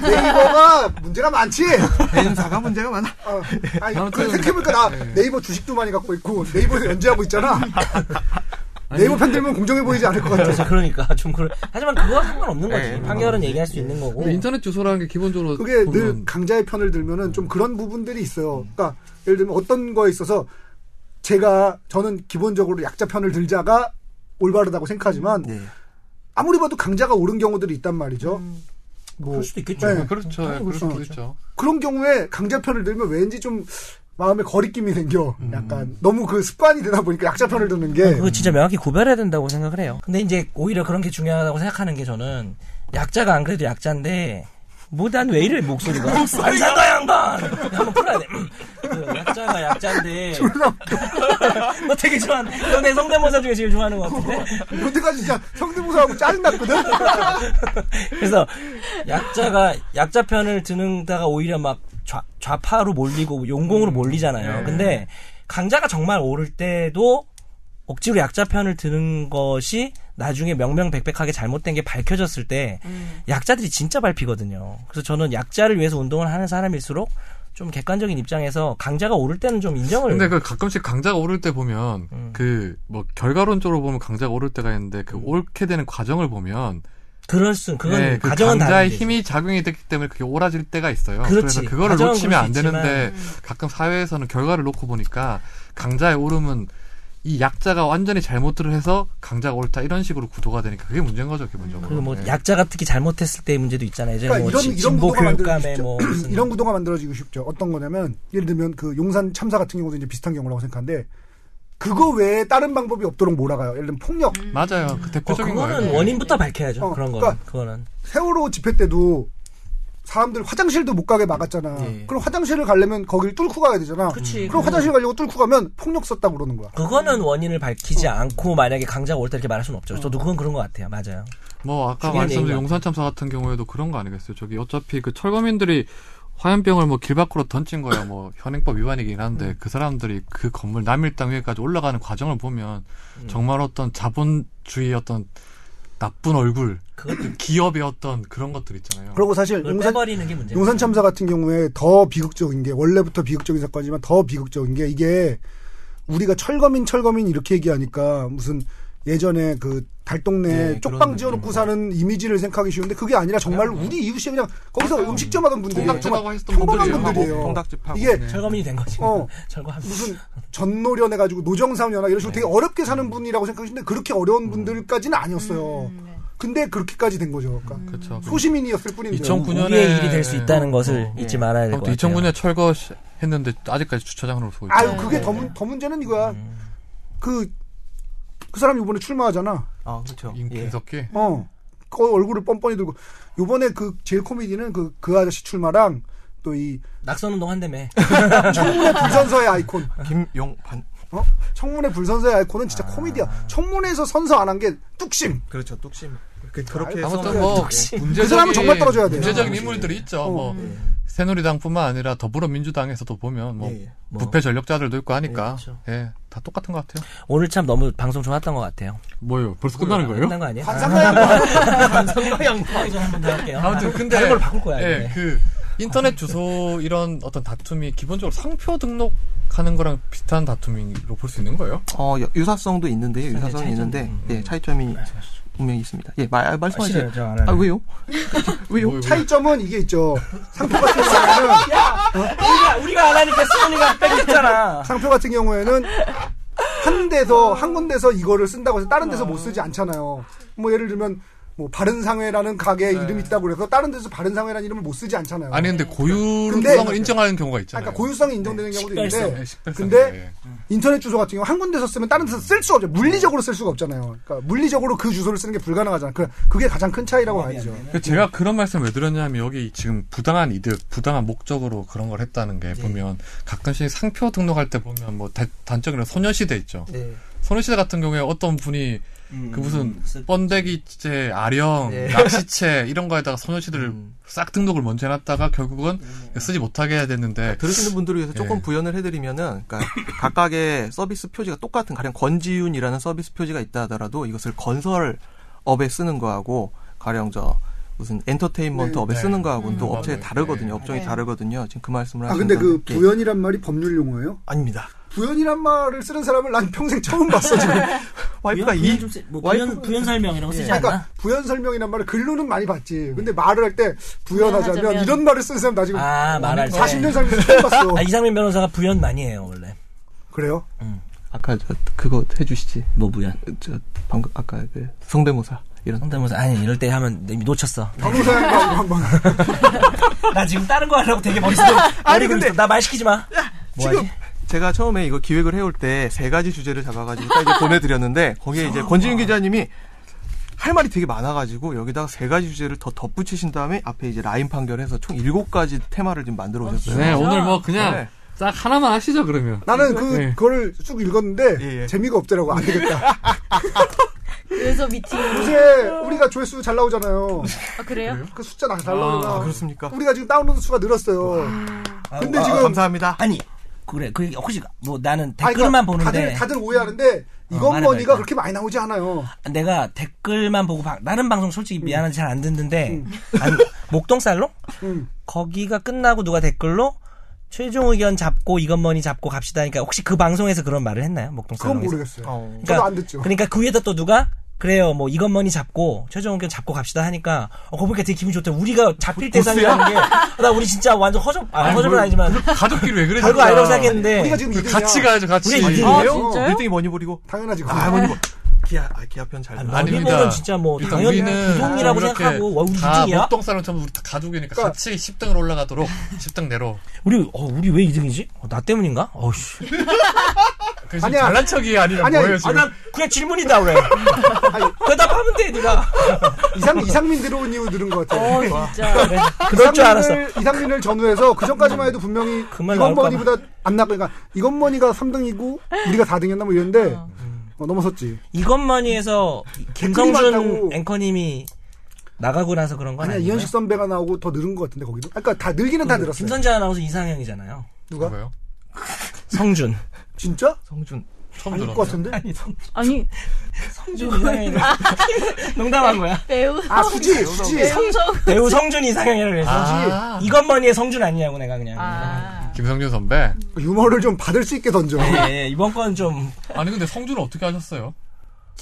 S4: 네이버가 문제가 많지.
S3: 개인사가 문제가 많아.
S4: 어, 아니,
S1: 아무튼-
S4: 그래 생각해보니까 나 네이버 주식도 많이 갖고 있고 네이버에서 연재하고 있잖아. 네이버 편들면 공정해 보이지 않을 것 같아.
S2: 그래서 그러니까 [laughs] 좀 그런 하지만 그거 상관없는 거지
S3: 예,
S2: 판결은 얘기할 수 있는 거고
S1: 근데 인터넷 주소라는 게 기본적으로
S4: 뭐 그게 늘
S1: 보면
S4: 강자의 편을 들면은 좀 그런 부분들이 있어요. 그러니까 예를 들면 어떤 거에 있어서 제가 저는 기본적으로 약자 편을 들자가 올바르다고 생각하지만
S3: 네.
S4: 아무리 봐도 강자가 옳은 경우들이 있단 말이죠. 뭐
S2: 그럴 수도 있겠죠.
S4: 네.
S1: 그렇죠.
S2: 당연히
S1: 그럴
S2: 그럴
S1: 수도
S2: 수도
S1: 있죠.
S4: 그런 경우에 강자 편을 들면 왠지 좀 마음에 거리낌이 생겨. 약간 너무 그 습관이 되다 보니까 약자 편을 드는 게
S2: 아, 그거 진짜 명확히 구별해야 된다고 생각을 해요. 근데 이제 오히려 그런 게 중요하다고 생각하는 게 저는 약자가 안 그래도 약자인데 뭐 난 왜 이래 목소리가 안 산다 양반 한번 풀어야 돼. 그 약자가 약자인데 [laughs] 너 되게 좋아하는 너내 성대모사 중에 제일 좋아하는 것 같은데
S4: 여태까지 진짜 성대모사하고 짜증났거든.
S2: 그래서 약자가 약자 편을 드는다가 오히려 막 좌, 좌파로 몰리고 용공으로
S1: 네.
S2: 몰리잖아요. 근데 강자가 정말 오를 때도 억지로 약자 편을 드는 것이 나중에 명명백백하게 잘못된 게 밝혀졌을 때
S1: 음.
S2: 약자들이 진짜 밟히거든요. 그래서 저는 약자를 위해서 운동을 하는 사람일수록 좀 객관적인 입장에서 강자가 오를 때는 좀 인정을
S1: 근데 그 가끔씩 강자가 오를 때 보면
S2: 음.
S1: 그 뭐 결과론적으로 보면 강자가 오를 때가 있는데 그 옳게 되는 과정을 보면
S2: 그럴 수 음. 그건
S1: 예, 그
S2: 가정은
S1: 강자의
S2: 다른 얘기죠.
S1: 힘이 작용이 됐기 때문에 그게 오라질 때가 있어요. 래
S2: 그렇지.
S1: 서 그거를
S2: 가정은
S1: 놓치면 안
S2: 그럴 수
S1: 되는데 음. 가끔 사회에서는 결과를 놓고 보니까 강자의 오름은 이 약자가 완전히 잘못을 해서 강자가 옳다 이런 식으로 구도가 되니까 그게 문제인 거죠 기본적으로.
S2: 그리고 뭐
S1: 예.
S2: 약자가 특히 잘못했을 때의 문제도 있잖아요. 이제
S4: 그러니까
S2: 뭐
S4: 이런
S2: 진-
S4: 이런
S2: 진보
S4: 구도가
S2: 교육감의
S4: 만들어지고
S2: 뭐
S4: 쉽죠.
S2: 무슨
S4: [clears throat] 이런 구도가 만들어지고 쉽죠. 어떤 거냐면 예를 들면 그 용산 참사 같은 경우도 이제 비슷한 경우라고 생각하는데 그거 외에 다른 방법이 없도록 몰아가요. 예를 들면 폭력
S1: 맞아요. 그
S2: 어,
S1: 대표적인
S2: 그거는
S1: 거예요.
S2: 원인부터 밝혀야죠.
S4: 어,
S2: 그런 거.
S4: 그러니까-
S2: 그거는.
S4: 세월호 집회 때도 사람들 화장실도 못 가게 막았잖아.
S3: 예.
S4: 그럼 화장실을 가려면 거길 뚫고 가야 되잖아.
S2: 그치.
S4: 럼 화장실 가려고 뚫고 가면 폭력 썼다 그러는 거야.
S2: 그거는 원인을 밝히지 않고 만약에 강자가 올 때 이렇게 말할 수는 없죠. 저도 그건 그런 것 같아요. 맞아요.
S1: 뭐 아까
S2: 중요한
S1: 말씀드린
S2: 얘기인 것
S1: 용산 참사 같은 경우에도 그런 거 아니겠어요? 저기 어차피 그 철거민들이 화염병을 뭐 길 밖으로 던진 거야 뭐 현행법 위반이긴
S2: 음.
S1: 한데 그 사람들이 그 건물 남일당 위에까지 올라가는 과정을 보면
S2: 음.
S1: 정말 어떤 자본주의 어떤 나쁜 얼굴
S2: 그것도
S1: 기업의 어떤 그런 것들 있잖아요.
S4: 그리고 사실
S2: 그걸
S4: 용산
S2: 빼버리는 게 문제. 뭐
S4: 용산 참사 같은 경우에 더 비극적인 게 원래부터 비극적인 사건이지만 더 비극적인 게 이게 우리가 철거민 철거민 이렇게 얘기하니까 무슨 예전에 그 달동네
S3: 네,
S4: 쪽방
S3: 그런
S4: 지어놓고
S3: 느낌으로.
S4: 사는 이미지를 생각하기 쉬운데 그게 아니라 정말
S3: 그냥
S4: 우리 이웃이 그냥 거기서 음식점 하던 분들이
S3: 통닭집
S4: 정말
S1: 하고 했던
S4: 평범한
S1: 분들이에요.
S3: 네. 아,
S4: 분들이에요.
S3: 통닭집하고.
S4: 이게
S3: 네.
S2: 철거민이 된 거지.
S4: 어.
S2: [laughs] 철거하면.
S4: 무슨 전노련 해가지고 노정상연화 이런 식으로 되게 어렵게 사는 분이라고 생각하시는데 그렇게 어려운 분들까지는 아니었어요.
S5: 음, 네.
S4: 근데 그렇게까지 된 거죠. 그러니까
S1: 그렇죠.
S4: 소시민이었을 뿐인데.
S1: 2009 2009년에 어,
S2: 우리의 일이 될 수 있다는 것을
S3: 예.
S2: 잊지 말아야 될것
S1: 아무튼
S2: 같아요.
S1: 2009년 철거했는데 아직까지 주차장으로 보고 있죠.
S4: 아유 그게 더, 문, 더 문제는 이거야. 그, 그 사람이 이번에 출마하잖아.
S3: 아, 그렇죠.
S1: 임-
S3: 예.
S1: 김석희
S4: 어. 그 얼굴을 뻔뻔히 들고. 요번에 그 제일 코미디는 그, 그 아저씨 출마랑 또 이
S2: 낙선 운동 한다며.
S4: 청문회 불선서의 아이콘.
S3: 김용반.
S4: 어? 청문회 불선서의 아이콘은 진짜 코미디야. 청문회에서 선서 안 한 게 뚝심.
S3: 그렇죠. 뚝심. 그, 그렇게 해서
S1: 아무튼 뭐 문제적인
S4: 그 사람은 정말 떨어져야 돼요.
S1: 문제적인 인물들이 있죠. 뭐 새누리당뿐만 아니라 더불어민주당에서도 보면 뭐
S3: 예, 예.
S2: 뭐.
S1: 부패 전력자들도 있고 하니까
S3: 그렇죠.
S1: 예, 다 똑같은 것 같아요.
S2: 오늘 참 너무 방송 좋았던 것 같아요.
S1: 뭐요? 벌써 끝나는
S2: 끝난 거 아니야?
S4: 관상가야.
S2: 관상가 양파. 이거 한번 더 할게요.
S1: 아무튼 근데
S2: 다른 걸 바꿀 거야.
S1: 예,
S2: 이번에.
S1: 그 인터넷 주소 이런 어떤 다툼이 기본적으로 상표 등록하는 거랑 비슷한 다툼으로 볼 수 있는 거예요?
S3: 어, 여- 유사성도 있는데요.
S2: 차이점이-
S3: 유사성이 있는데,
S2: 음,
S3: 예, 차이점이 분명히 있습니다. 예, 말, 아, 말씀하세요.
S2: 싫어요.
S3: 아, 왜요? 왜요?
S1: 뭐,
S4: 차이점은 이게 있죠. 상표 같은 경우에는,
S2: 아, 우리가, 우리가 안 하니까 수원이가 뺏겼잖아.
S4: 상표 같은 경우에는 한 데서, 한 군데서 이거를 쓴다고 해서 다른 데서 못 쓰지 않잖아요. 뭐 예를 들면, 뭐 바른상회라는 가게
S1: 네.
S4: 이름이 있다고 그래서 다른 데서 바른상회라는 이름을 못 쓰지 않잖아요.
S1: 아니 근데 고유성을
S4: 근데-
S1: 인정하는 경우가
S4: 아,
S1: 있잖아요.
S4: 그러니까 고유성이 인정되는 경우도
S1: 예,
S4: 있는데
S1: 식별성.
S4: 근데
S1: 예.
S4: 인터넷 주소 같은 경우 한 군데서 쓰면 다른 데서 쓸 수 없죠. 물리적으로 쓸 수가 없잖아요. 그러니까 물리적으로 그 주소를 쓰는 게 불가능하잖아요. 그- 그게 가장 큰 차이라고 봐야죠.
S1: 그 제가 그런 말씀 왜 드렸냐면 여기 지금 부당한 이득, 부당한 목적으로 그런 걸 했다는
S2: 네.
S1: 게 보면 가끔씩 상표 등록할 때 보면 뭐 대- 단적으로 소녀시대 있죠.
S3: 네.
S1: 소녀시대 같은 경우에 어떤 분이
S2: 음,
S1: 그 무슨 번데기채, 아령,
S3: 네.
S1: 낚시채 이런 거에다가 소녀시대를
S3: 음.
S1: 싹 등록을 먼저 해놨다가 결국은
S2: 음.
S1: 쓰지 못하게 해야
S2: 아,
S1: 됐는데
S3: 들으시는 분들을 위해서 조금
S1: 예.
S3: 부연을 해드리면은, 그러니까 각각의 서비스 표지가 똑같은, 가령 건지윤이라는 서비스 표지가 있다 하더라도 이것을 건설업에 쓰는 거하고, 가령 저, 무슨 엔터테인먼트
S4: 네,
S3: 업에
S1: 네.
S3: 쓰는 거하고는 또
S1: 음.
S3: 업체
S1: 맞아요.
S3: 다르거든요.
S1: 네.
S3: 업종이
S5: 네.
S3: 다르거든요. 지금 그 말씀을
S4: 아
S3: 하시는
S4: 근데 그
S3: 건데.
S4: 부연이란 말이 법률 용어예요?
S3: 아닙니다.
S4: 부연이란 말을 쓰는 사람을 난 평생 처음 봤어
S1: [laughs]
S4: 지금.
S3: 와이프가
S6: 부연, 부연
S3: 이
S6: 좀 쓰- 뭐
S3: 와이프-
S6: 부연, 부연 설명 이런 거 쓰지 않나?
S4: 그러니까 부연 설명이란 말을 글로는 많이 봤지. 근데 말을 할 때 부연하자면
S5: 부연하자면.
S4: 이런 말을 쓰는 사람 나 지금
S2: 아, 말할 때.
S4: 40년 살면서 처음 봤어.
S2: 아, 이상민 변호사가 부연 많이 해요, 원래.
S4: 그래요?
S3: 아까 저 그거 해주시지.
S6: 뭐 부연?
S3: 저 방금 아까 그 성대모사 이런
S2: 성대모사, 아니, 이럴 때 하면 이미 놓쳤어.
S4: 변호사님 한번
S2: 나 지금 다른 거 하려고 되게 멋있어. 아니, 근데. 나말 시키지 마. 뭐 하지?
S3: 제가 처음에 이거 기획을 해올 때 세 가지 주제를 잡아가지고 딱 이제 보내드렸는데 거기에 이제 권지윤 기자님이 할 말이 되게 많아가지고 여기다가 세 가지 주제를 더 덧붙이신 다음에 앞에 이제 라인 판결해서 총 일곱 가지 테마를 지금 만들어
S2: 그렇죠.
S3: 오셨어요.
S1: 네, 오늘 뭐 그냥
S3: 네.
S1: 딱 하나만 하시죠 그러면.
S4: 나는 그
S1: 네.
S4: 그걸 쭉 읽었는데
S3: 예, 예.
S4: 재미가 없더라고 안 되겠다.
S5: 그래서 미팅.
S4: 요새 우리가 조회수 잘 나오잖아요.
S5: 아 그래요?
S4: 그 숫자 나잘
S1: 아,
S4: 나오잖아.
S3: 그렇습니까?
S4: 우리가 지금 다운로드 수가 늘었어요. 근데
S3: 아,
S4: 지금
S3: 감사합니다.
S2: 아니, 그래. 그, 혹시, 뭐, 나는
S4: 아니,
S2: 댓글만
S4: 그러니까
S2: 보는데.
S4: 다들 다들 오해하는데
S2: 어,
S4: 이건
S2: 말해,
S4: 뭐니가
S2: 말해.
S4: 그렇게 많이 나오지 않아요.
S2: 내가 댓글만 보고 방- 다른 방송 솔직히 미안한지 잘 안 듣는데
S4: [laughs]
S2: 아니, 목동살롱
S4: 음.
S2: 거기가 끝나고 누가 댓글로 최종 의견 잡고 이건 뭐니 잡고 갑시다 하니까 혹시 그 방송에서 그런 말을 했나요
S4: 그건
S2: 목동살롱에서
S4: 모르겠어요.
S3: 어.
S4: 저도 안 듣죠.
S2: 그러니까 그 위에다 또 누가 그래요 뭐 이건 뭐니 잡고 최종 의견 잡고 갑시다 하니까 어 그거 보니까 되게 기분 좋다 우리가
S4: 어,
S2: 잡힐 대상이라는 게나 우리 진짜 완전 허접 아, 허접은
S1: 뭘-
S2: 아니지만
S1: 가족끼리 왜 그래?
S2: 별거 아니라고 생각했는데
S4: 우리가 지금 이등이야.
S1: 같이 그 가야죠 같이.
S2: 우리 이등이에요?
S1: 아,
S5: 진짜요?
S3: 1등이 뭐니 버리고
S4: 당연하지. 그거.
S3: 아 뭐니 버 기아 아 기아 편잘
S2: 아니,
S3: 나.
S2: 아니,
S1: 아닙니다.
S2: 우리는 진짜 뭐
S1: 일단
S2: 당연히
S1: 우리는
S2: 부동이라고
S1: 이렇게
S2: 생각하고 와, 우리
S1: 다
S2: 2등이야?
S1: 목동 사람처럼 우리 다 가족이니까
S4: 그러니까-
S1: 같이 10등을 올라가도록 [laughs] 10등 내로.
S2: 우리 어 우리 왜 2등이지 나 때문인가 어씨
S1: 그 지금
S4: 아니야.
S1: 잘난 척이 아니라
S4: 아니야,
S1: 뭐예요
S4: 아니,
S1: 지금?
S2: 난 그냥 질문이다 그래
S4: 아니,
S2: 대답하면 돼 네가
S4: 이상 이상민 들어온 이유 들은 것 같아.
S5: 어 진짜.
S2: 그럴 줄 알았어
S4: 이상민을 전후해서 그 전까지만 해도 분명히
S2: [laughs] 그말
S4: 이건
S2: 나올까 봐.
S4: 머니보다 안 나고 그러니까 이건 머니가 3등이고 우리가 4등이었나 뭐 이랬는데 어, 넘어섰지.
S2: 이것만이 해서
S4: 댓글이 많다고.
S2: 김성준 앵커님이 나가고 나서 그런 건 어,
S4: 아니야
S2: 아니에요.
S4: 이현식 선배가 나오고 더 늘은 것 같은데 거기도. 아까 다 늘기는 다
S2: 음,
S4: 늘었어요.
S2: 김선재 아나운서 이상형이잖아요.
S4: 누가?
S1: 뭐예요?
S2: 성준.
S4: 진짜?
S3: 성준.
S1: 처음
S4: 아닐 것
S1: 들었어요.
S4: 같은데?
S2: 아니 성준
S5: 아니
S2: 이상형이래.
S1: 아.
S2: [laughs] 농담한 거야.
S5: 배우
S4: 아 수지 수지.
S5: 배우 성적
S2: 배우 성준 이상형이라고 해서
S1: 아.
S2: 이건머니의 성준 아니냐고 내가 그냥.
S5: 아
S1: 김성준 선배.
S4: 유머를 좀 받을 수 있게 던져.
S2: 예, 예, 이번 건 좀
S1: 아니 근데 성준은 어떻게 하셨어요?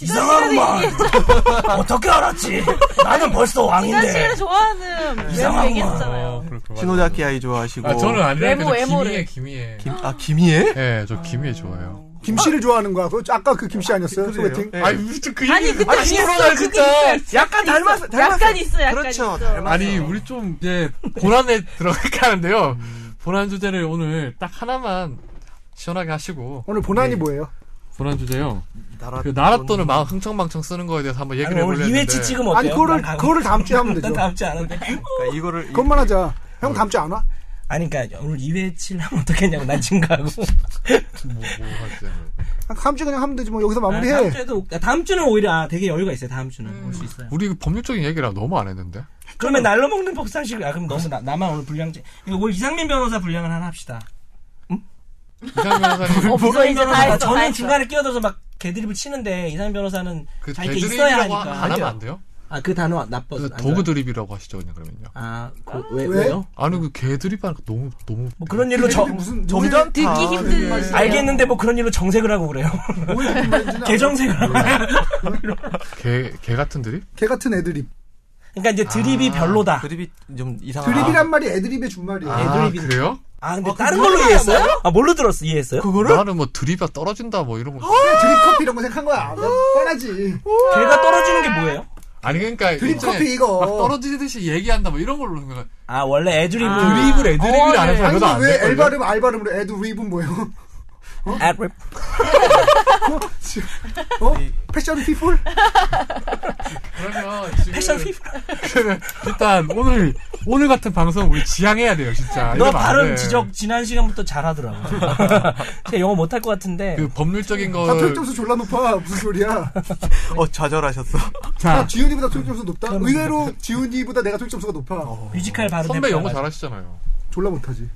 S2: 이상한 말. [laughs] 어떻게 알았지? 나는 벌써
S5: 지난 시간에
S2: 왕인데.
S5: 좋아하는
S2: 이상하구나.
S5: 외모 얘기했잖아요
S1: 그렇구나.
S3: 신호자키 아이 좋아하시고.
S1: 아, 저는 아니라니까
S5: 외모,
S1: 저
S5: 외모를.
S1: 김희애, 김희애.
S3: 김, 아,
S4: 네.
S3: 김희애?
S1: 예, 저 김희애 좋아해요.
S4: 김 씨를 좋아하는 거야. 그 아까 그 김 씨 아니었어요?
S3: 그래요.
S4: 소개팅?
S3: 예.
S1: 아니, 우리 좀그
S5: 아니
S1: 얘기-
S5: 그때
S1: 아니,
S5: 있어
S1: 서로 날
S5: 그때
S1: 진짜-
S5: 있어
S3: 약간 닮았어, 닮았어.
S5: 약간 있어 약간
S3: 그렇죠.
S5: 있어
S3: 닮았어.
S1: 아니, 우리 좀 이제 본안에 [laughs] 들어가는데요. 본안 주제를 오늘 딱 하나만 시원하게 하시고
S4: 오늘 본안이
S2: 네.
S4: 뭐예요?
S1: 본안 주제요.
S3: 나라,
S1: 그 나라 돈을 막 흥청망청 쓰는 거에 대해서 한번 얘기를
S2: 아니, 오늘
S1: 해보려는데.
S2: 2회치 찍으면 어때요?
S4: 아니 그거를
S2: 난 가-
S4: 그거를 다음 주에 하면 되죠.
S2: 난 다음 어. 주에 안 한대.
S3: 그러니까 이거를. 이-
S4: 그것만 하자. 형 다음 주에 안 와?
S2: 아니 그러니까 오늘 2회치를 하면 어떻겠냐고 난 증가하고.
S1: 뭐, 뭐 하지?
S4: 다음 주에 그냥 하면 되지 뭐 여기서
S2: 아, 다음
S4: 마무리해.
S2: 주에도 아, 다음 주는 오히려 아, 되게 여유가 있어요. 다음 주는 올 수 있어요.
S1: 우리 법률적인 얘기라 너무 안 했는데.
S2: 그러면 날로 먹는 법상식. 아 그럼 너무 나, 나만 오늘 불량제. 이거 오늘 이상민 변호사 불량을 하나 합시다.
S1: 이상민 [laughs] 변호사님.
S5: 어, 벌써 이제 다 했어 다
S2: 저는
S5: 했어
S2: 중간에 끼어들어서 막 개드립을 치는데 이상민 변호사는
S1: 그
S2: 자기 게 있어야
S1: 배드립이라고 안
S2: 하니까.
S1: 하면 안 돼요?
S2: 아그 단어 나빠.
S1: 그
S2: 안
S1: 도구
S2: 좋아요.
S1: 드립이라고 하시죠, 그냥 그러면요.
S2: 아, 그, 왜,
S4: 왜?
S2: 왜요?
S1: 아니 그 개드립하니까 너무 너무
S2: 뭐 그런 일로 저,
S4: 근데
S2: [laughs]
S4: 무슨
S3: 점잖다.
S5: 아, 듣기 힘든
S3: 되게.
S5: 거지.
S2: 알겠는데 뭐 그런 일로 정색을 하고 그래요. [laughs] 개정색을 하고.
S1: 개 개 같은 드립?
S4: 개 같은 애드립.
S2: 그러니까 이제 드립이 별로다.
S3: 드립이 좀 이상한.
S4: 드립이란 말이 애드립의 준말이에요.
S1: 아,
S2: 애드립이네.
S1: 그래요?
S2: 아, 근데 다른 걸로 이해했어요? 아, 뭘로 들었어? 이해했어요?
S3: 그거를?
S1: 나는 뭐 드립이 떨어진다 뭐 이런 거.
S4: 드립 커피 이런 거 생각한
S1: 아.
S4: 거야. 나 뻔하지.
S2: 걔가 떨어지는 게 뭐예요?
S1: 아니 그러니까
S4: 드립
S1: 이제
S4: 커피 이거.
S1: 막 떨어지듯이 얘기한다 뭐 이런 걸로 생각.
S2: 아, 원래 애드립을.
S1: 드립을 애드립을 안 해서
S4: 아니
S1: 이러다 안
S4: 왜
S1: 돼.
S4: 엘바름 알바름으로 애드립은 뭐예요?
S2: 애드립.
S4: 어? 패션 피플?
S1: 그러면
S2: 패션
S1: 지금
S2: 피플.
S1: 일단 오늘 오늘 같은 방송 우리 지양해야 돼요 진짜.
S2: 너
S1: 이러면 안
S2: 발음
S1: 돼.
S2: 지적 지난 시간부터 잘하더라고.
S1: [laughs]
S2: [laughs] 제가 영어 못할 것 같은데.
S1: 그 법률적인
S4: 나
S1: 걸
S4: 토익점수 졸라 높아. 무슨 소리야.
S3: 어, 좌절하셨어.
S4: 나
S1: 자, 뭐.
S4: 지훈이보다 토익점수 높다? 의외로 지훈이보다 내가 토익점수가 높아.
S1: 어.
S2: 뮤지컬 발음.
S1: 선배 영어
S2: 해봐가지고.
S1: 잘하시잖아요.
S4: 졸라 못하지.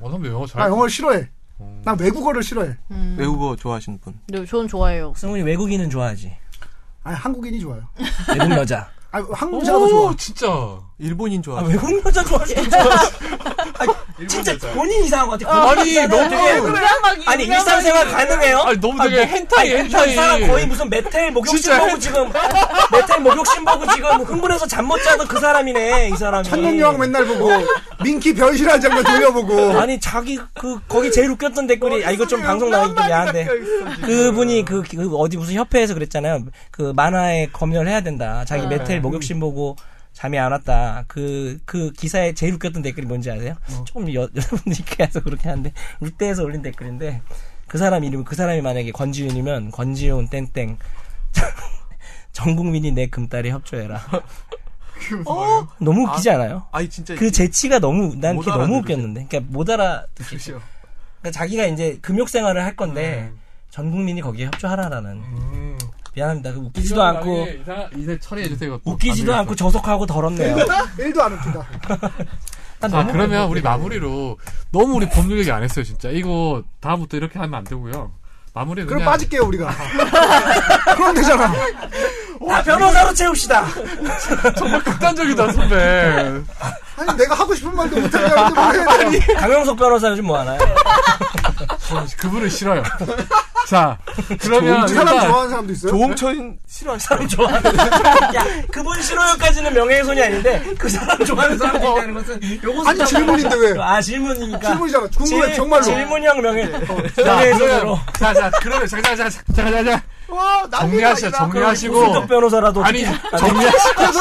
S1: 어, 선배 영어
S4: 나
S1: 잘.
S4: 아, 영어를 싫어해.
S1: 어.
S4: 난 외국어를 싫어해.
S5: 음.
S3: 외국어 좋아하시는 분.
S5: 네, 저는 좋아해요
S2: 승훈이 외국인은 좋아하지.
S4: 아니 한국인이 좋아요.
S2: 외국 여자.
S4: 아
S1: 오,
S4: 한국 여자가 더 좋아.
S1: 진짜.
S3: 일본인 좋아.
S2: 아,
S3: 하시
S2: 외국 여자 좋아하시는 줄 알았어. 아니, 진짜 본인 이상한 것 같아. 그
S1: 아니, 너무-
S2: 되게-
S5: 그냥 막
S2: 아니,
S5: 이런
S2: 일상생활 가능해요?
S1: 아니 너무 되게
S2: 뭐,
S1: 헨타이
S2: 아니,
S1: 헨타이.
S2: 이 사람 거의 무슨 메텔 목욕신
S1: 진짜
S2: 보고 지금 메텔 목욕신 보고 지금 흥분해서 잠 못 자던 그 사람이네 이 사람이.
S4: 천년여왕 맨날
S1: [laughs]
S4: 보고 민키 변신한 장면 돌려보고
S2: 아니 자기 그 거기 제일 웃겼던 댓글이 아 이거 좀 방송 나가기 좀 야한데 그분이 그, 그 어디 무슨 협회에서 그랬잖아요 그 만화에 검열을 해야 된다 자기 메텔 목욕신 보고 잠이 안 왔다 그 그 기사에 제일 웃겼던 댓글이 뭔지 아세요? 조금 여, 여러분들이 [laughs] 그래서 그렇게 하는데 롯데에서 올린 댓글인데 그 사람 이름 그 사람이 만약에 권지윤이면 권지윤 땡땡 [laughs] 전 국민이 내 금딸에 협조해라
S3: 어?
S2: 너무 웃기지 않아요?
S3: 아니, 진짜.
S2: 그 재치가 너무 난
S3: 못
S2: 그게 너무
S3: 알아들으세요.
S2: 웃겼는데 그러니까 못 알아듣겠죠. 그러니까 자기가 이제 금욕 생활을 할 건데 전 국민이 거기에 협조하라라는
S1: 음.
S2: 미안합니다. 그 웃기지도 않고
S1: 이제 처리해 주세요.
S2: 웃기지도 않고 저속하고 더럽네요.
S4: 일도 안 웃긴다.
S2: 난
S1: 자
S2: 너무
S1: 아, 그러면 우리 마무리로 너무 우리 법률 얘기 안 했어요 진짜 이거 다음부터 이렇게 하면 안 되고요. 마무리
S4: 그럼
S1: 그냥
S4: 빠질게요 우리가. [laughs] 그럼 되잖아.
S2: 다 아, 변호사로 채웁시다. [laughs]
S1: 정말 극단적이다 선배.
S4: 아니 내가 하고 싶은 말도 못하는데 뭘 해야 돼.
S2: 강영석 변호사 요즘 뭐 하나요?
S1: 저는 그분을 싫어요. 자 그러면
S4: 이 사람
S1: 일단
S4: 좋아하는 사람도 있어요?
S3: 조홍천 싫어하시죠?
S2: 사람 좋아하는 사람. 야 그분 싫어요까지는 명예훼손이 아닌데 그 사람 좋아하는 사람 얘기하는 것은 요것은
S4: 아니
S2: 좀-
S4: 질문인데 왜?
S2: 아 질문이니까
S4: 질문이잖아. 궁금해
S2: 질-
S4: 정말로.
S2: 질문형 명예 어,
S1: 자
S2: 명예훼손으로.
S1: 그러면 자자 그러면 자자자자자자
S4: 와, 난리다,
S1: 정리하시죠
S4: 이거.
S2: 무슨
S1: 정리하시고
S2: 변호사라도
S1: 아니
S2: 어떻게-
S1: 정리하시
S4: 그래서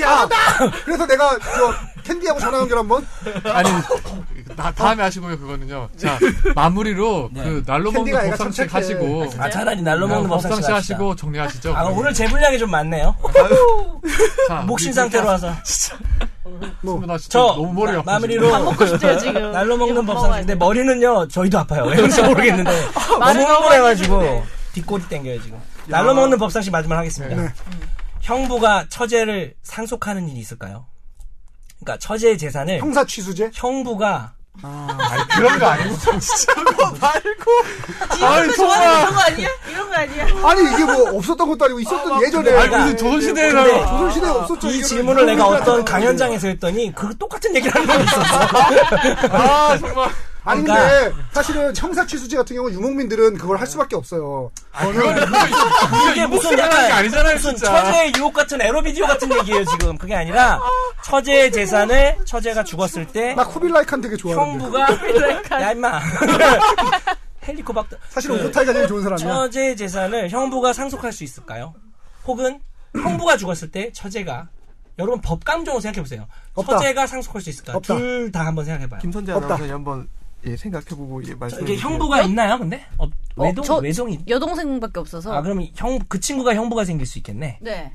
S4: 야, 그래서 내가 저 캔디하고 전화 연결 한번.
S1: 아니 다, 다음에 하시고요 그거는요. 자 마무리로 그 날로 먹는
S4: 캔디가 애가 참
S1: 법상식
S4: 착해.
S1: 하시고 네,
S2: 아 차라리 날로 먹는 법상식
S1: 법상식
S2: 하시고
S1: 하시고 정리하시죠.
S2: 아
S1: 그러면.
S2: 오늘 제 분량이 좀 많네요
S1: 자, 우리
S2: 목신 상태로 와서
S1: 선배 나 진짜
S2: 아, 그 저
S1: 너무 머리 아프지.
S2: 마무리로
S5: 밥 먹고 싶대요 지금
S2: 날로 먹는
S5: 밥
S2: 법상
S5: 먹어야
S2: 근데
S5: 돼.
S2: 머리는요 저희도 아파요 [laughs] 왜 그런지 모르겠는데
S5: [laughs]
S2: 너무
S5: 어, 말을 너무 많이
S2: 흥분해가지고
S5: 했는데.
S2: 뒷골이 땡겨요 지금 날로 먹는 법상식 마지막 하겠습니다 형부가 처제를 상속하는 일이 있을까요? 그러니까 처제의 재산을
S4: 형사 취수제?
S2: 형부가
S1: 아니, 그런 거
S2: [laughs]
S1: 아니고.
S5: 이런 거 좋아하는 이런 거 아니야? 이런 거 아니야?
S4: 아니 이게 뭐 없었던 것도 아니고 있었던 예전에
S2: 아니, 무슨
S1: 조선시대에는.
S4: 조선시대에 없었죠.
S2: 그러니까 이
S4: 이거를.
S2: 질문을 내가 어떤 강연장에서 했더니 그 똑같은 얘기를 하는 거 있었어.
S1: 아, 정말.
S4: 아니 근데 사실은 형사 취수제 같은 경우 는 유목민들은 그걸 할 수밖에 없어요.
S2: 이게 무슨
S1: 욕심을 하는 게
S2: 약간
S1: 아니잖아요,
S2: 무슨
S1: 진짜.
S2: 처제의 유혹 같은 에로비디오 같은 얘기예요 지금. 그게 아니라 처제의 재산을 처제가 죽었을 때
S4: 나 쿠빌라이 칸 되게 좋아하는데.
S2: 형부가
S5: 쿠빌라이칸.
S2: 야 임마 [laughs] 헬리코박터
S4: 사실
S2: 그
S4: 오타이가 제일 좋은 사람이야.
S2: 처제의 재산을 형부가 상속할 수 있을까요? 혹은 형부가 죽었을 때 처제가 여러분 법 감정으로 생각해 보세요.
S4: 없다.
S2: 처제가 상속할 수 있을까?
S4: 없다.
S2: 둘 다 한번 생각해 봐요.
S3: 김선재
S4: 없다.
S3: 아나운서 한번 예, 생각해보고 예, 말씀해
S2: 이게
S3: 주세요.
S2: 형부가 있나요? 근데 어,
S5: 어,
S2: 외동
S5: 저-
S2: 외동이
S5: 여동생밖에 없어서.
S2: 아 그럼 형 그 친구가 형부가 생길 수 있겠네.
S5: 네.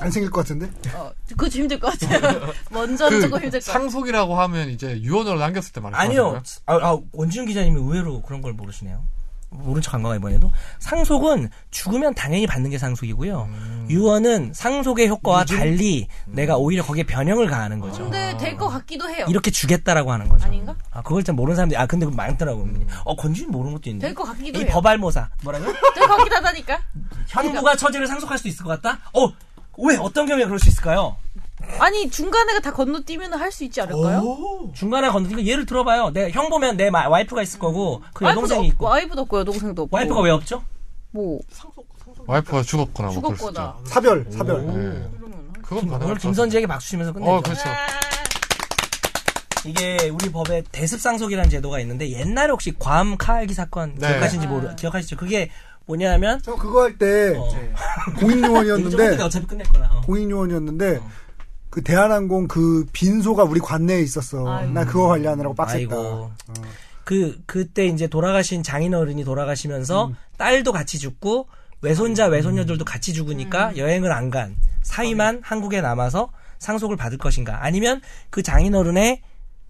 S4: 안 생길 것 같은데.
S5: 어, 그거 좀 힘들
S2: [laughs]
S5: 것 같아요. 먼저는 조금 힘들
S1: 그,
S5: 것 같아요.
S1: 상속이라고 하면 이제 유언으로 남겼을 때 말하는
S2: 아니요. 아, 아, 원준 기자님이 의외로 그런 걸 모르시네요. 모른 척 안 가요 이번에도 상속은 죽으면 당연히 받는 게 상속이고요. 유언은 상속의 효과와 달리 내가 오히려 거기에 변형을 가하는 거죠.
S5: 근데 될 것 같기도 해요.
S2: 이렇게 주겠다라고 하는 거죠.
S5: 아닌가?
S2: 아, 그걸 잘 모르는 사람들이, 아, 근데 그거 많더라고. 요 어, 건주님 모르는 것도 있는데.
S5: 될 것 같기도
S2: 이
S5: 해요. 그러니까.
S2: 법알모사.
S5: [laughs]
S2: 뭐라고요?
S5: 될 것 같기도 하다니까.
S2: 형부가 처지를 상속할 수 있을 것 같다? 어, 왜? 어떤 경우에 그럴 수 있을까요?
S5: 아니 중간에가 다 건너뛰면 할 수 있지
S3: 어?
S2: 어?
S5: 않을까요?
S2: 중간에 건드리고 예를 들어봐요. 내, 형 보면 내 마- 와이프가 있을 거고, 그
S5: 와이프도
S2: 여동생이
S5: 없고,
S2: 있고.
S5: 와이프도 없고 여동생도 없고.
S2: 와이프가 왜 없죠?
S5: 뭐
S1: 와이프가 죽었거나 뭐 그럴 수
S5: 죽었거나.
S1: 있죠.
S4: 사별, 사별.
S1: 네. 그건 가능할
S2: 오늘
S1: 것 같아요.
S2: 김선재에게 박수 치면서 끝내죠.
S1: 어, 그렇죠.
S2: 이게 우리 법에 대습상속이라는 제도가 있는데 옛날에 혹시 괌 카알기 사건
S1: 네.
S2: 기억하시는지 모르 기억하시죠? 그게 뭐냐면
S4: 저 그거 할 때
S2: 어,
S1: 네.
S2: 네, 얘기 좀 했는데
S4: 공인요원이었는데
S2: 어차피 끝낼 거라. 어.
S4: 공인요원이었는데 그 대한항공 그 빈소가 우리 관내에 있었어.
S5: 아이고.
S4: 나 그거 관리하느라고 빡셌다.
S2: 아이고. 그 그때 이제 돌아가신 장인어른이 돌아가시면서 딸도 같이 죽고 외손자 외손녀들도 같이 죽으니까 여행을 안 간 사위만 한국에 남아서 상속을 받을 것인가 아니면 그 장인어른의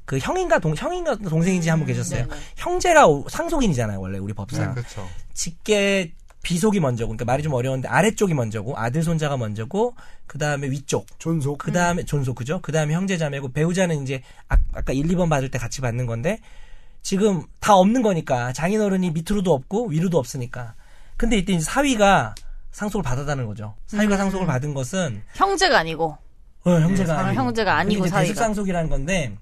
S2: 그 형인가 동 형인가 동생인지 한 분 계셨어요.
S5: 네네.
S2: 형제가 오- 상속인이잖아요 원래 우리
S1: 네,
S2: 법상.
S1: 그렇죠.
S2: 직계 비속이 먼저고 그러니까 말이 좀 어려운데 아래쪽이 먼저고 아들 손자가 먼저고 그다음에 위쪽
S4: 존속.
S2: 그 다음에 존속 그죠? 그 다음에 형제 자매고 배우자는 이제 아, 까 1, 2번 받을 때 같이 받는 건데 지금 다 없는 거니까 장인어른이 밑으로도 없고 위로도 없으니까 근데 이때 이제 사위가 상속을 받았다는 거죠. 사위가 상속을 받은 것은
S5: 형제가 아니고
S2: 어, 형제가
S5: 아,
S2: 아니고
S5: 형제가 아니고
S2: 이제
S5: 사이가.
S2: 대습상속이라는 건데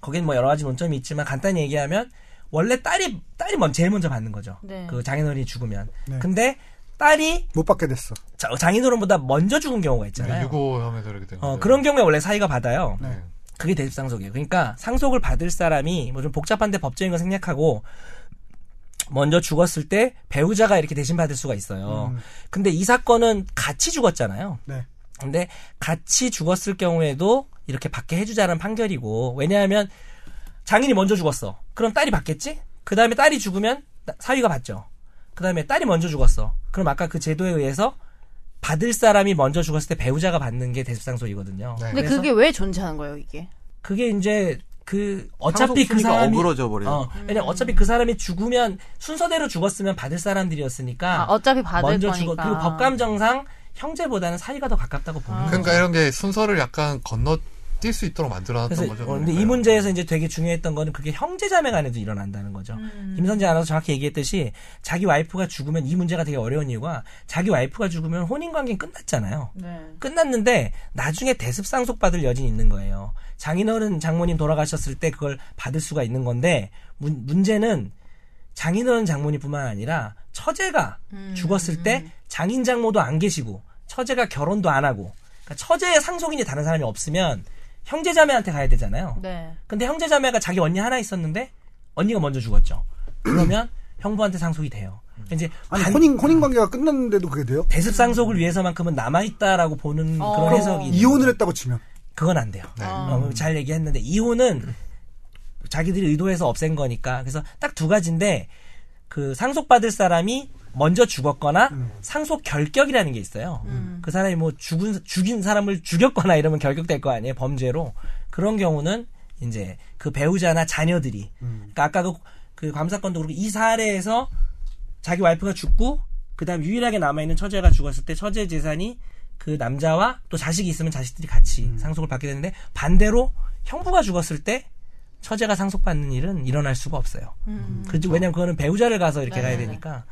S2: 거긴 뭐 여러 가지 논점이 있지만 간단히 얘기하면 원래 딸이 딸이 먼 제일 먼저 받는 거죠.
S5: 네.
S2: 그 장인어른이 죽으면
S4: 네.
S2: 근데 딸이
S4: 못 받게 됐어.
S2: 자- 장인어른보다 먼저 죽은 경우가
S1: 네,
S2: 있잖아요.
S1: 유고 혐의들이기 때문에.
S2: 어, 그런 경우에 원래 사이가 받아요.
S1: 네.
S2: 그게 대립상속이에요. 그러니까 상속을 받을 사람이 뭐 좀 복잡한데 법적인 거 생략하고 먼저 죽었을 때 배우자가 이렇게 대신 받을 수가 있어요.
S1: 음.
S2: 근데 이 사건은 같이 죽었잖아요.
S4: 네.
S2: 근데 같이 죽었을 경우에도 이렇게 받게 해주자는 판결이고 왜냐하면 장인이 먼저 죽었어. 그럼 딸이 받겠지? 그 다음에 딸이 죽으면 따- 사위가 받죠. 그 다음에 딸이 먼저 죽었어. 그럼 아까 그 제도에 의해서 받을 사람이 먼저 죽었을 때 배우자가 받는 게 대습상속이거든요.
S1: 네.
S5: 근데
S2: 그래서-
S5: 그게 왜 존재하는 거예요 이게?
S2: 그게 이제 그
S3: 상속
S2: 어차피 그
S3: 순위가
S2: 사람이
S3: 어그러져 버려요.
S2: 어, 왜냐 어차피 그 사람이 죽으면 순서대로 죽었으면 받을 사람들이었으니까
S5: 아, 어차피 받을
S2: 먼저
S5: 거니까.
S2: 죽어 그리고 법감정상 형제보다는 사이가 더 가깝다고
S5: 아.
S2: 보는 거예요.
S1: 그러니까 이런 게 순서를 약간 건너뛸 수 있도록 만들어놨던
S2: 그래서
S1: 거죠. 네.
S2: 어, 근데
S1: 그러니까요.
S2: 이 문제에서 이제 되게 중요했던 거는 그게 형제자매 간에도 일어난다는 거죠. 김선재 아나운서 정확히 얘기했듯이 자기 와이프가 죽으면 이 문제가 되게 어려운 이유가 자기 와이프가 죽으면 혼인 관계는 끝났잖아요.
S5: 네.
S2: 끝났는데 나중에 대습상속 받을 여진이 있는 거예요. 장인어른 장모님 돌아가셨을 때 그걸 받을 수가 있는 건데 문, 문제는 장인어른 장모님뿐만 아니라 처제가
S5: 음.
S2: 죽었을 때 장인 장모도 안 계시고 처제가 결혼도 안 하고 그러니까 처제의 상속인이 다른 사람이 없으면 형제자매한테 가야 되잖아요.
S5: 네.
S2: 근데 형제자매가 자기 언니 하나 있었는데 언니가 먼저 죽었죠. 그러면 [clears throat] 형부한테 상속이 돼요. 그러니까 이제
S4: 아니
S2: 반-
S4: 혼인 혼인 관계가 끝났는데도 그게 돼요?
S2: 대습상속을 위해서만큼은 남아있다라고 보는
S5: 어.
S2: 그런
S5: 그럼
S2: 해석이 있는
S4: 이혼을 했다고 치면
S2: 그건 안 돼요. 어, 잘 얘기했는데 이혼은 자기들이 의도해서 없앤 거니까 그래서 딱 두 가지인데 그 상속받을 사람이 먼저 죽었거나 상속 결격이라는 게 있어요. 그 사람이 뭐 죽은 죽인 사람을 죽였거나 이러면 결격될 거 아니에요 범죄로 그런 경우는 이제 그 배우자나 자녀들이 그러니까 아까 그, 그 감사건도 그렇고 이 사례에서 자기 와이프가 죽고 그다음 유일하게 남아 있는 처제가 죽었을 때 처제 재산이 그 남자와 또 자식이 있으면 자식들이 같이 상속을 받게 되는데 반대로 형부가 죽었을 때 처제가 상속받는 일은 일어날 수가 없어요.
S5: 음.
S2: 그 왜냐면 그거는 배우자를 가서 이렇게 가야
S5: 네네네.
S2: 되니까.